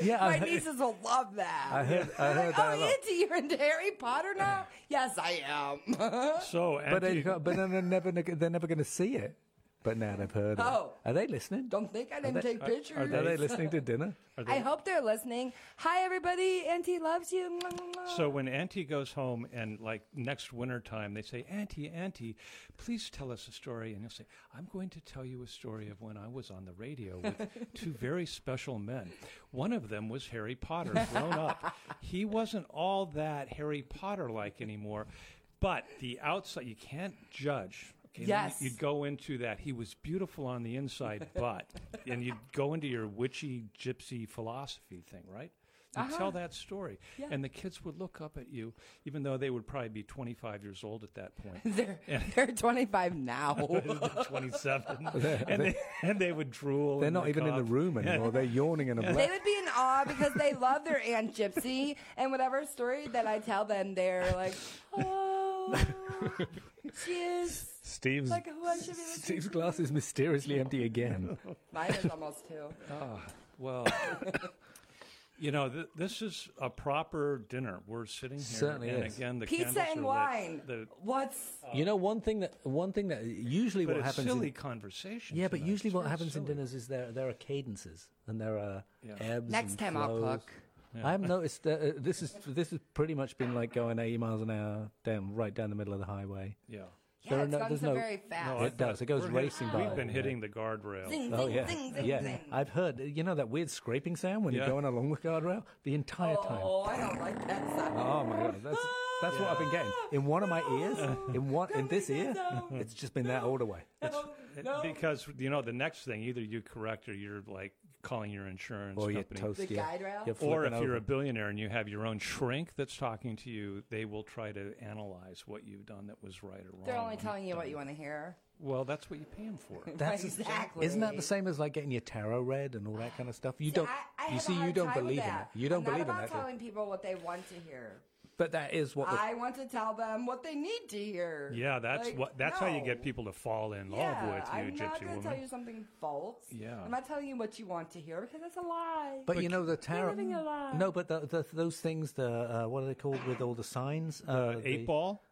Speaker 3: yeah, I
Speaker 4: My
Speaker 3: heard,
Speaker 4: nieces will love that.
Speaker 3: I heard, I
Speaker 4: They're
Speaker 3: heard
Speaker 4: like,
Speaker 3: that a
Speaker 4: oh,
Speaker 3: lot.
Speaker 4: Auntie, you're into Harry Potter now? yes, I am.
Speaker 2: So,
Speaker 3: But,
Speaker 2: Auntie-
Speaker 3: they, got- but then they're never, they're never going to see it. But now they've heard.
Speaker 4: Oh.
Speaker 3: it. are they listening?
Speaker 4: Don't think I didn't take pictures.
Speaker 3: Are they listening to dinner?
Speaker 4: I hope they're listening. Hi, everybody. Auntie loves you. Mwah, mwah, mwah.
Speaker 2: So when Auntie goes home and like next winter time, they say, Auntie, Auntie, please tell us a story. And you'll say, I'm going to tell you a story of when I was on the radio with two very special men. One of them was Harry Potter, grown up. He wasn't all that Harry Potter like anymore, but the outside, you can't judge. Okay, then
Speaker 4: Yes.
Speaker 2: You'd go into that. He was beautiful on the inside, but, and you'd go into your witchy gypsy philosophy thing, right? You
Speaker 4: Uh-huh.
Speaker 2: tell that story. And the kids would look up at you, even though they would probably be 25 years old at that point,
Speaker 4: they're, they're 25 now.
Speaker 2: 27. and, they, and they would drool.
Speaker 3: They're
Speaker 2: in
Speaker 3: not
Speaker 2: the
Speaker 3: even in
Speaker 2: cup.
Speaker 3: the room anymore. They're yawning in a
Speaker 4: They
Speaker 3: black.
Speaker 4: would be in awe because they love their Aunt Gypsy, and whatever story that I tell them, they're like, "Oh, she is
Speaker 3: Steve's
Speaker 4: like who I should be." With.
Speaker 3: Steve's glass is mysteriously empty again.
Speaker 4: Mine is almost two.
Speaker 2: Well, you know, th- this is a proper dinner. We're sitting here.
Speaker 3: Certainly
Speaker 2: and
Speaker 3: is.
Speaker 2: again, the
Speaker 4: Pizza
Speaker 2: candles
Speaker 4: and
Speaker 2: are
Speaker 4: wine.
Speaker 2: lit. The,
Speaker 4: What's
Speaker 3: you know, one thing that one thing that usually
Speaker 2: but
Speaker 3: what
Speaker 2: it's
Speaker 3: happens.
Speaker 2: silly
Speaker 3: in,
Speaker 2: conversation.
Speaker 3: yeah, but
Speaker 2: tonight.
Speaker 3: usually
Speaker 2: It's
Speaker 3: what
Speaker 2: very
Speaker 3: happens in
Speaker 2: silly.
Speaker 3: dinners is there there are cadences and there are
Speaker 2: Yeah.
Speaker 3: ebbs.
Speaker 4: next
Speaker 3: and
Speaker 4: time I'll
Speaker 3: flows.
Speaker 4: cook?
Speaker 3: I have noticed that uh, this is this has pretty much been like going 80 miles an hour down right down the middle of the highway.
Speaker 2: Yeah.
Speaker 4: Yeah,
Speaker 3: are
Speaker 4: it's
Speaker 3: no-
Speaker 4: gone
Speaker 3: there's
Speaker 4: so
Speaker 3: no-
Speaker 4: very fast.
Speaker 2: I
Speaker 3: It does.
Speaker 2: thought
Speaker 3: It goes
Speaker 2: we're hit-
Speaker 3: racing by.
Speaker 2: We've been
Speaker 3: Yeah.
Speaker 2: hitting the guardrail.
Speaker 4: Zing,
Speaker 3: Oh
Speaker 4: zing,
Speaker 3: yeah,
Speaker 4: zing, zing,
Speaker 3: yeah.
Speaker 4: zing.
Speaker 3: I've heard you know that weird scraping sound when
Speaker 2: Yeah.
Speaker 3: you're going along the guardrail the entire time.
Speaker 4: Oh, I don't like that sound.
Speaker 3: Oh my god, that's that's what I've been getting in one of my ears, in one in this ear. It's just been that all the way.
Speaker 4: no.
Speaker 2: Because you know the next thing, either you correct or you're like calling your insurance
Speaker 3: Or you're
Speaker 2: company.
Speaker 3: toasty.
Speaker 4: The guide rail?
Speaker 3: You're
Speaker 2: or if
Speaker 3: flipping
Speaker 2: you're a
Speaker 3: over.
Speaker 2: billionaire and you have your own shrink that's talking to you, they will try to analyze what you've done that was right or wrong.
Speaker 4: They're only telling you what you want to hear.
Speaker 2: Well, that's what you pay them for.
Speaker 3: That's
Speaker 4: exactly.
Speaker 3: Isn't that the same as like getting your tarot read and all that kind of stuff? You don't.
Speaker 4: I, I
Speaker 3: you
Speaker 4: have a
Speaker 3: see, you
Speaker 4: hard
Speaker 3: don't
Speaker 4: time with
Speaker 3: believe in it.
Speaker 4: that.
Speaker 3: You don't
Speaker 4: I'm
Speaker 3: believe
Speaker 4: not
Speaker 3: in
Speaker 4: about
Speaker 3: that.
Speaker 4: telling people what they want to hear.
Speaker 3: But that is what. The,
Speaker 4: I want to tell them what they need to hear.
Speaker 2: yeah, that's
Speaker 4: Like,
Speaker 2: what. That's how you get
Speaker 4: no.
Speaker 2: people to fall in
Speaker 4: Yeah,
Speaker 2: love with you,
Speaker 4: I'm not
Speaker 2: gypsy
Speaker 4: gonna
Speaker 2: woman.
Speaker 4: tell you something false.
Speaker 2: Yeah.
Speaker 4: I'm not telling you what you want to hear because that's a lie.
Speaker 3: but you know the tarot.
Speaker 4: living a lie.
Speaker 3: No, but the, the, those things. The uh, what are they called with all the signs? Uh,
Speaker 2: Eight
Speaker 3: the-
Speaker 2: ball.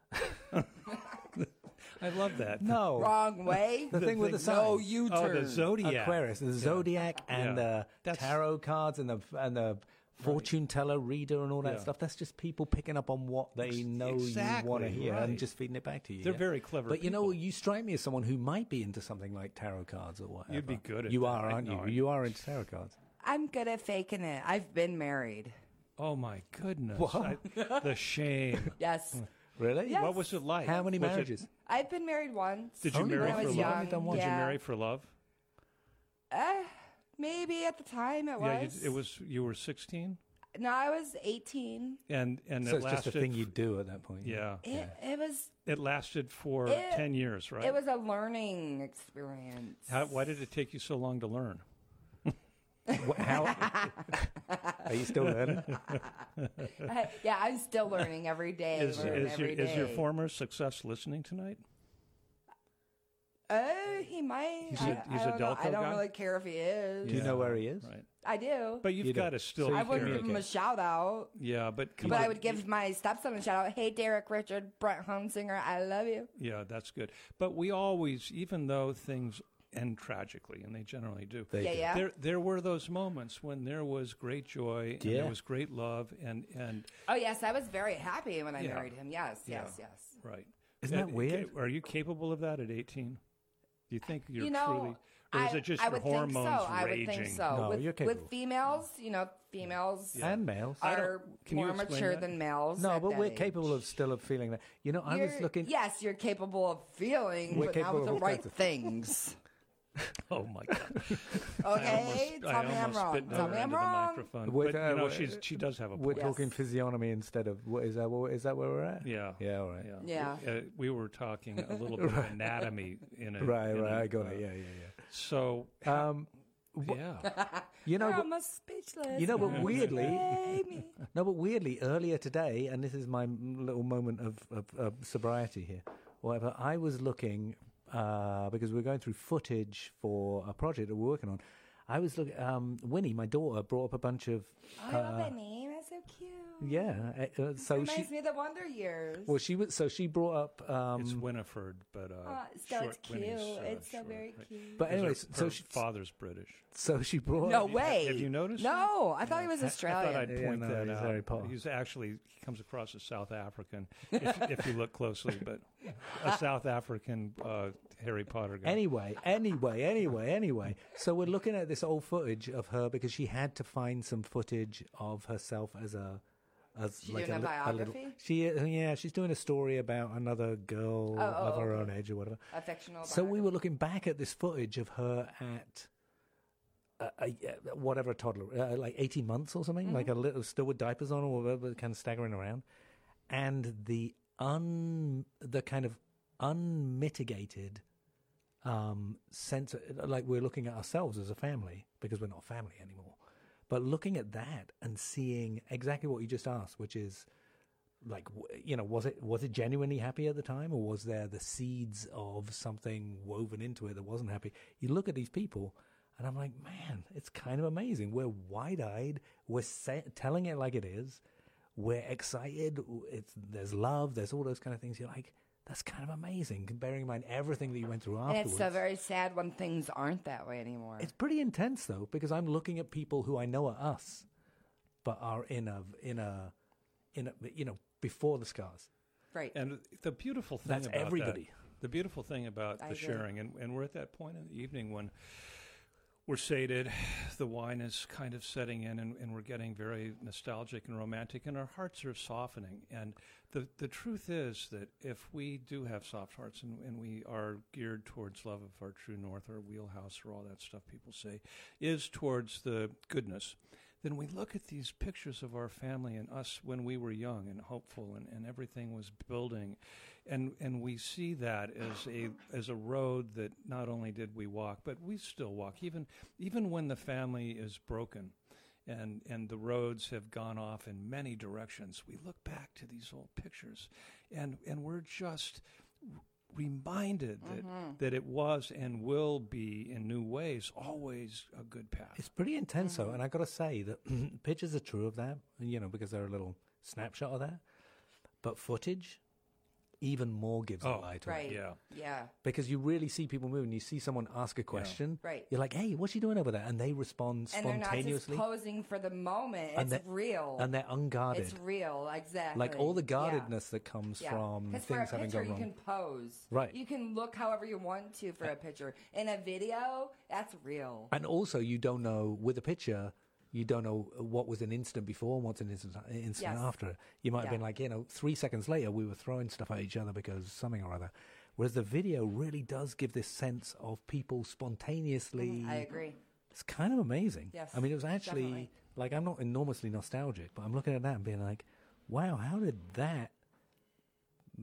Speaker 2: I love that.
Speaker 3: No,
Speaker 4: Wrong way.
Speaker 3: the, thing with the signs.
Speaker 4: no U
Speaker 2: Oh,
Speaker 4: turn.
Speaker 2: the zodiac.
Speaker 3: Aquarius, the zodiac,
Speaker 2: Yeah.
Speaker 3: and the
Speaker 2: That's-
Speaker 3: tarot cards, and the and the fortune teller reader, and all that
Speaker 2: Yeah.
Speaker 3: stuff. That's just people picking up on what they know you want
Speaker 2: exactly
Speaker 3: to hear
Speaker 2: right.
Speaker 3: and just feeding it back to you.
Speaker 2: They're very clever
Speaker 3: But you know,
Speaker 2: people.
Speaker 3: you strike me as someone who might be into something like tarot cards or whatever.
Speaker 2: You'd be good at
Speaker 3: You
Speaker 2: that.
Speaker 3: are,
Speaker 2: I
Speaker 3: aren't
Speaker 2: know
Speaker 3: you?
Speaker 2: it.
Speaker 3: You are into tarot cards.
Speaker 4: I'm good at faking it. I've been married.
Speaker 2: Oh my goodness! I- the shame.
Speaker 4: Yes.
Speaker 3: Really?
Speaker 4: Yes.
Speaker 2: What was it like?
Speaker 3: How many
Speaker 2: Was it-
Speaker 3: marriages?
Speaker 4: I've been married once.
Speaker 2: did you
Speaker 3: Only
Speaker 2: marry
Speaker 4: one. I
Speaker 2: for
Speaker 4: was
Speaker 2: love?
Speaker 4: young, Done one.
Speaker 2: Did you
Speaker 4: yeah.
Speaker 2: marry for love?
Speaker 4: Eh, maybe at the time it
Speaker 2: Yeah,
Speaker 4: was.
Speaker 2: you, it was. You were sixteen.
Speaker 4: No, I was 18.
Speaker 2: and and
Speaker 3: So
Speaker 2: it
Speaker 3: it's just
Speaker 2: lasted.
Speaker 3: a thing you do at that point.
Speaker 2: yeah,
Speaker 4: It, it was
Speaker 2: it lasted for
Speaker 4: It-
Speaker 2: ten years, right?
Speaker 4: it was a learning experience.
Speaker 2: How, why did it take you so long to learn?
Speaker 3: Wha- How, are you still learning?
Speaker 4: yeah, I'm still learning every day.
Speaker 2: Is,
Speaker 4: learn
Speaker 2: is your
Speaker 4: every
Speaker 2: is your
Speaker 4: day.
Speaker 2: former success listening tonight?
Speaker 4: Oh, he might.
Speaker 2: He's
Speaker 4: I-
Speaker 2: a- he's
Speaker 4: I
Speaker 2: a
Speaker 4: don't know. I
Speaker 2: Delco
Speaker 4: don't
Speaker 2: guy?
Speaker 4: really care if he is.
Speaker 3: Do you know where he is?
Speaker 2: Right.
Speaker 4: I do.
Speaker 2: But you've
Speaker 3: You
Speaker 2: got
Speaker 3: don't.
Speaker 2: to still.
Speaker 4: I wouldn't
Speaker 2: care.
Speaker 4: give him a shout out.
Speaker 2: Yeah, but come
Speaker 4: But
Speaker 2: on.
Speaker 4: I would give my stepson a shout out. Hey, Derek, Richard, Brett Hunsinger, I love you.
Speaker 2: Yeah, that's good. But we always, even though things end tragically, and they generally do.
Speaker 4: Yeah, do. yeah.
Speaker 2: There, there were those moments when there was great joy and
Speaker 3: Yeah.
Speaker 2: there was great love, and and
Speaker 4: Oh yes, I was very happy when I
Speaker 2: Yeah.
Speaker 4: married him. Yes, yes, yes.
Speaker 2: right.
Speaker 3: Isn't that
Speaker 2: Uh,
Speaker 3: weird?
Speaker 2: ca- Are you capable of that at eighteen? Do you think you're
Speaker 4: you know,
Speaker 2: truly, or is
Speaker 4: I,
Speaker 2: it just
Speaker 4: I
Speaker 2: your
Speaker 4: would
Speaker 2: hormones
Speaker 4: think so. I would
Speaker 2: raging?
Speaker 4: think so.
Speaker 3: No,
Speaker 4: with,
Speaker 3: you're
Speaker 4: with
Speaker 3: capable.
Speaker 4: females, you know, females
Speaker 3: And males.
Speaker 4: are
Speaker 2: can you
Speaker 4: more
Speaker 2: explain
Speaker 4: mature
Speaker 2: that?
Speaker 4: than males.
Speaker 3: No,
Speaker 4: at
Speaker 3: but
Speaker 4: that
Speaker 3: we're
Speaker 4: age.
Speaker 3: capable of still of feeling that. You know, I was
Speaker 4: You're-
Speaker 3: looking.
Speaker 4: Yes, you're capable of feeling,
Speaker 3: We're
Speaker 4: but not
Speaker 3: capable
Speaker 4: with the
Speaker 3: of
Speaker 4: right
Speaker 3: both.
Speaker 4: things.
Speaker 2: Oh my god!
Speaker 4: Okay,
Speaker 2: I
Speaker 4: tell me I'm
Speaker 2: almost
Speaker 4: wrong.
Speaker 2: spit
Speaker 4: Tell
Speaker 2: over
Speaker 4: me I'm
Speaker 2: into the
Speaker 4: wrong.
Speaker 2: microphone.
Speaker 3: We're-
Speaker 2: but,
Speaker 3: uh,
Speaker 2: you know,
Speaker 3: we're-
Speaker 2: she's she does have a
Speaker 3: We're
Speaker 2: point.
Speaker 3: talking physiognomy instead of what is that? What is that where we're at?
Speaker 2: Yeah.
Speaker 3: Yeah. All right.
Speaker 4: Yeah.
Speaker 2: Uh, we were talking a little bit of anatomy in a
Speaker 3: Right.
Speaker 2: in
Speaker 3: Right.
Speaker 2: a- uh,
Speaker 3: I got it. Yeah. Yeah. Yeah.
Speaker 2: So
Speaker 3: Um,
Speaker 2: yeah,
Speaker 3: you know, but,
Speaker 4: I'm speechless.
Speaker 3: you know, but weirdly,
Speaker 4: Baby.
Speaker 3: No, but weirdly, earlier today, and this is my m- little moment of, of, of sobriety here, whatever, I was looking, uh, because we were going through footage for a project that we're working on. I was looking, um, Winnie, my daughter, brought up a bunch of, uh,
Speaker 4: I love that name. That's so cute.
Speaker 3: yeah, uh, uh, so
Speaker 4: Reminds
Speaker 3: she,
Speaker 4: me of the Wonder Years.
Speaker 3: well, she was, so she brought up,
Speaker 2: it's
Speaker 3: um,
Speaker 2: Winifred, but uh,
Speaker 4: Uh, so
Speaker 2: short
Speaker 4: it's cute.
Speaker 2: Winnie's, uh,
Speaker 4: it's so
Speaker 2: short,
Speaker 4: very
Speaker 2: right?
Speaker 4: cute.
Speaker 3: but
Speaker 2: Her-
Speaker 3: anyway,
Speaker 2: her
Speaker 3: so she,
Speaker 2: father's British.
Speaker 3: so she brought
Speaker 4: No
Speaker 3: up,
Speaker 4: way.
Speaker 2: have you noticed
Speaker 4: No, I thought he was
Speaker 2: I
Speaker 4: Australian.
Speaker 2: thought I'd
Speaker 3: Yeah,
Speaker 2: point
Speaker 3: no,
Speaker 2: that
Speaker 3: he's
Speaker 2: out.
Speaker 3: Harry Potter.
Speaker 2: He's actually he comes across as South African if, if you look closely, but a South African uh, Harry Potter guy.
Speaker 3: Anyway, anyway, anyway, anyway. So we're looking at this old footage of her because she had to find some footage of herself as a. As
Speaker 4: She
Speaker 3: like
Speaker 4: doing
Speaker 3: a,
Speaker 4: a
Speaker 3: li- little-
Speaker 4: biography?
Speaker 3: she uh, yeah, she's doing a story about another girl
Speaker 4: Oh,
Speaker 3: of her own age or whatever.
Speaker 4: a fictional.
Speaker 3: So we
Speaker 4: biography.
Speaker 3: were looking back at this footage of her at uh, uh, whatever a toddler, uh, like eighteen months or something, like a little still with diapers on or whatever, kind of staggering around, and the un the kind of unmitigated um, sense, like we're looking at ourselves as a family because we're not a family anymore. But looking at that and seeing exactly what you just asked, which is like w- you know was it was it genuinely happy at the time or was there the seeds of something woven into it that wasn't happy you look at these people and i'm like man it's kind of amazing we're wide-eyed we're sa- telling it like it is we're excited w- it's there's love there's all those kind of things you're like that's kind of amazing bearing in mind everything that you went through
Speaker 4: And
Speaker 3: afterwards
Speaker 4: it's so very sad when things aren't that way anymore.
Speaker 3: it's pretty intense though because i'm looking at people who i know are us but are in a in a in a you know before the scars
Speaker 4: right.
Speaker 2: And the beautiful thing
Speaker 3: That's
Speaker 2: about that-
Speaker 3: everybody.
Speaker 2: the beautiful thing about
Speaker 4: I
Speaker 2: the
Speaker 4: agree.
Speaker 2: sharing, and, and we're at that point in the evening when we're sated, the wine is kind of setting in, and, and we're getting very nostalgic and romantic, and our hearts are softening. And the, the truth is that if we do have soft hearts and, and we are geared towards love of our true north, our wheelhouse, or all that stuff people say, is towards the goodness then we look at these pictures of our family and us when we were young and hopeful and, and everything was building and and we see that as a as a road that not only did we walk but we still walk even even when the family is broken and and the roads have gone off in many directions we look back to these old pictures and and we're just reminded that that it was and will be in new ways always a good path
Speaker 3: It's pretty intense, though, and I got to say that pictures are true of that, you know, because they're a little snapshot of that. But footage, even more gives a lie to
Speaker 4: right.
Speaker 3: it
Speaker 2: yeah.
Speaker 4: Yeah.
Speaker 3: because you really see people moving. You see someone ask a question,
Speaker 4: Right.
Speaker 3: You're like, "Hey, what's she doing over there?" And they respond
Speaker 4: And they're not just
Speaker 3: spontaneously,
Speaker 4: posing for the moment.
Speaker 3: and they're-
Speaker 4: It's real.
Speaker 3: and they're unguarded.
Speaker 4: it's real. Exactly.
Speaker 3: like all the
Speaker 4: Yeah.
Speaker 3: guardedness that comes
Speaker 4: Yeah.
Speaker 3: from
Speaker 4: 'Cause
Speaker 3: things
Speaker 4: for a
Speaker 3: having
Speaker 4: picture,
Speaker 3: gone wrong.
Speaker 4: You can pose.
Speaker 3: Right.
Speaker 4: You can look however you want to for a picture. In a video, that's real.
Speaker 3: And also, you don't know with a picture, you don't know what was an instant before and what's an instant, instant
Speaker 4: Yes.
Speaker 3: after. You might have
Speaker 4: Yeah.
Speaker 3: been like, you know, three seconds later, we were throwing stuff at each other because something or other. Whereas the video really does give this sense of people spontaneously.
Speaker 4: Mm, Mm-hmm, I agree.
Speaker 3: It's kind of amazing.
Speaker 4: Yes,
Speaker 3: I mean, it was actually
Speaker 4: definitely.
Speaker 3: Like, I'm not enormously nostalgic, but I'm looking at that and being like, wow, how did that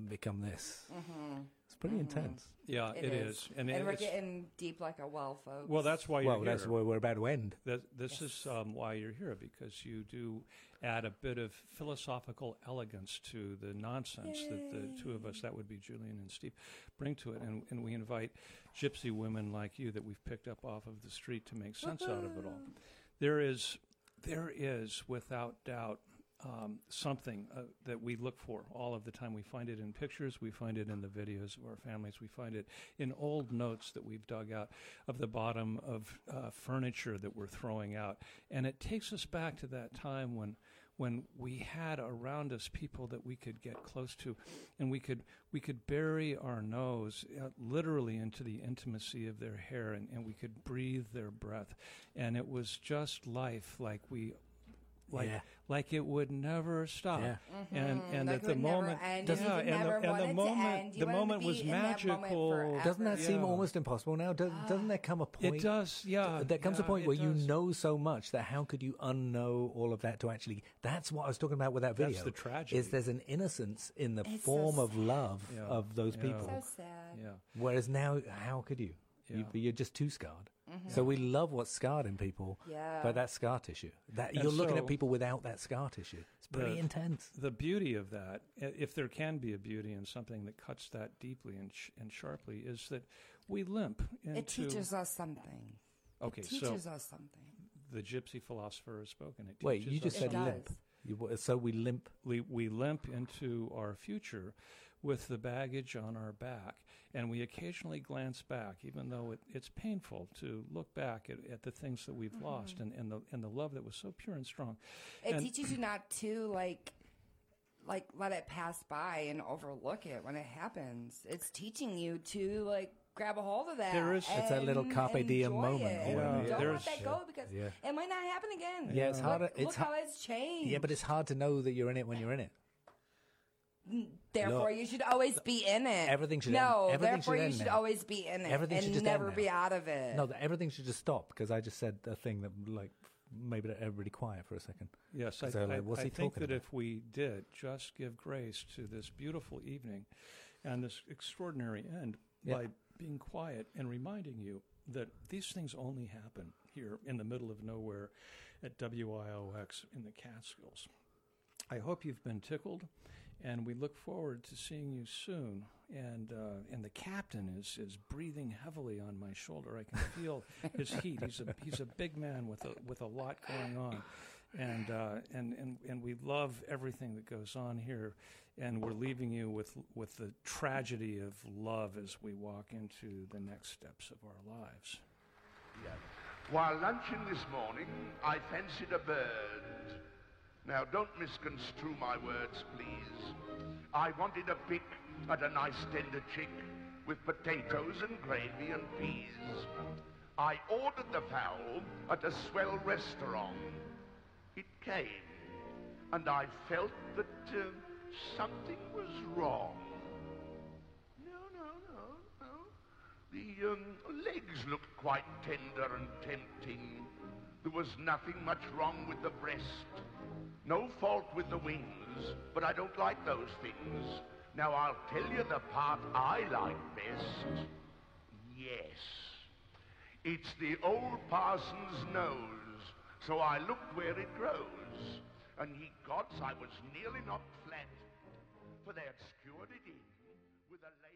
Speaker 3: become this?
Speaker 4: Mm-hmm.
Speaker 3: It's pretty intense.
Speaker 2: Yeah, it is.
Speaker 4: And,
Speaker 2: it-
Speaker 4: we're
Speaker 2: it's-
Speaker 4: getting deep like a well, folks.
Speaker 2: well, that's why you're
Speaker 3: Well, that's
Speaker 2: here.
Speaker 3: where we're about to end.
Speaker 2: That, this is um, why you're here because you do add a bit of philosophical elegance to the nonsense that the two of us, that would be Julian and Steve, bring to it. And, and we invite gypsy women like you that we've picked up off of the street to make sense out of it all. There is, there is without doubt. Um, something uh, that we look for all of the time. We find it in pictures, we find it in the videos of our families, we find it in old notes that we've dug out of the bottom of uh, furniture that we're throwing out. And it takes us back to that time when when we had around us people that we could get close to and we could we could bury our nose uh, literally into the intimacy of their hair and, and we could breathe their breath and it was just life like we like
Speaker 3: Yeah.
Speaker 2: like it would never stop
Speaker 3: Yeah.
Speaker 2: and and
Speaker 4: Mm-hmm. Like
Speaker 2: at
Speaker 4: it
Speaker 2: the
Speaker 4: would never
Speaker 2: moment
Speaker 4: end,
Speaker 2: yeah,
Speaker 4: and you would
Speaker 2: and
Speaker 4: never
Speaker 2: the, and
Speaker 4: want it
Speaker 2: the
Speaker 4: to
Speaker 2: moment
Speaker 4: end. You
Speaker 2: the
Speaker 4: wanted to
Speaker 2: moment
Speaker 4: be
Speaker 2: was
Speaker 4: in that moment
Speaker 2: magical
Speaker 4: forever.
Speaker 3: Doesn't that seem
Speaker 2: Yeah.
Speaker 3: almost impossible now? Does, doesn't there come a point?
Speaker 2: it does yeah
Speaker 3: There comes
Speaker 2: yeah,
Speaker 3: a point
Speaker 2: it
Speaker 3: where you
Speaker 2: does.
Speaker 3: know so much that how could you unknow all of that to actually? That's what I was talking about with that video.
Speaker 2: the tragedy.
Speaker 3: Is there's an innocence in the
Speaker 4: It's so
Speaker 3: form of
Speaker 4: sad.
Speaker 3: love of those people,
Speaker 4: so sad.
Speaker 2: yeah
Speaker 3: whereas now how could you?
Speaker 2: Yeah.
Speaker 3: you you're just too scarred. So we love what's scarred in people,
Speaker 4: Mm-hmm. Yeah.
Speaker 3: but that scar tissue. That
Speaker 2: And
Speaker 3: you're looking
Speaker 2: so-
Speaker 3: at people without that scar tissue. It's pretty
Speaker 2: The-
Speaker 3: intense.
Speaker 2: the beauty of that, i- if there can be a beauty in something that cuts that deeply and, sh- and sharply, is that we limp into.
Speaker 4: It teaches us something.
Speaker 2: okay,
Speaker 4: It teaches
Speaker 2: so
Speaker 4: us something.
Speaker 2: the gypsy philosopher has spoken. It
Speaker 3: Wait,
Speaker 2: teaches
Speaker 3: you just
Speaker 2: us
Speaker 4: It
Speaker 3: said
Speaker 2: something.
Speaker 3: limp.
Speaker 4: does.
Speaker 3: You- so we limp.
Speaker 2: we, we limp into our future with the baggage on our back, and we occasionally glance back, even though it, it's painful to look back at, at the things that we've
Speaker 4: Mm-hmm.
Speaker 2: lost and, and the and the love that was so pure and strong.
Speaker 4: It
Speaker 2: And-
Speaker 4: teaches you not to like like let it pass by and overlook it when it happens. It's teaching you to like grab a hold of that.
Speaker 2: There is-
Speaker 3: It's that little
Speaker 4: and
Speaker 3: carpe diem
Speaker 4: enjoy
Speaker 3: moment
Speaker 4: it.
Speaker 3: or whatever,
Speaker 4: Don't
Speaker 2: yeah.
Speaker 4: let that go because
Speaker 3: Yeah.
Speaker 4: it might not happen again.
Speaker 3: Yeah, it's
Speaker 4: look,
Speaker 3: harder-
Speaker 4: Look
Speaker 3: it's
Speaker 4: how
Speaker 3: har-
Speaker 4: it's changed.
Speaker 3: Yeah, but it's hard to know that you're in it when you're in it.
Speaker 4: therefore
Speaker 3: look,
Speaker 4: you should always be in it.
Speaker 3: everything should
Speaker 4: no.
Speaker 3: end- everything
Speaker 4: therefore
Speaker 3: should
Speaker 4: you
Speaker 3: end
Speaker 4: should
Speaker 3: now.
Speaker 4: always be in it
Speaker 3: Everything
Speaker 4: and
Speaker 3: should just end
Speaker 4: never
Speaker 3: now.
Speaker 4: be out of it.
Speaker 3: No, that everything should just stop because I just said a thing that like made everybody quiet for a second.
Speaker 2: Yes, I,
Speaker 3: So, like,
Speaker 2: I,
Speaker 3: what's
Speaker 2: I
Speaker 3: he
Speaker 2: think
Speaker 3: talking
Speaker 2: that
Speaker 3: about?
Speaker 2: if we did just give grace to this beautiful evening and this extraordinary end
Speaker 3: Yeah.
Speaker 2: by being quiet and reminding you that these things only happen here in the middle of nowhere at WIOX in the Catskills. I hope you've been tickled, and we look forward to seeing you soon. And uh, and the captain is is breathing heavily on my shoulder. I can feel his heat. He's a he's a big man with a with a lot going on, and uh, and and and we love everything that goes on here. And we're leaving you with with the tragedy of love as we walk into the next steps of our lives.
Speaker 9: While lunching this morning, I fancied a bird. Now, don't misconstrue my words, please. I wanted a pick at a nice tender chick with potatoes and gravy and peas. I ordered the fowl at a swell restaurant. It came, and I felt that uh, something was wrong. No, no, no, no. The um, legs looked quite tender and tempting. There was nothing much wrong with the breast. No fault with the wings, but I don't like those things. Now I'll tell you the part I like best. Yes. It's the old parson's nose. So I looked where it grows. And ye gods, I was nearly knocked flat, for they had skewered it in with a lace.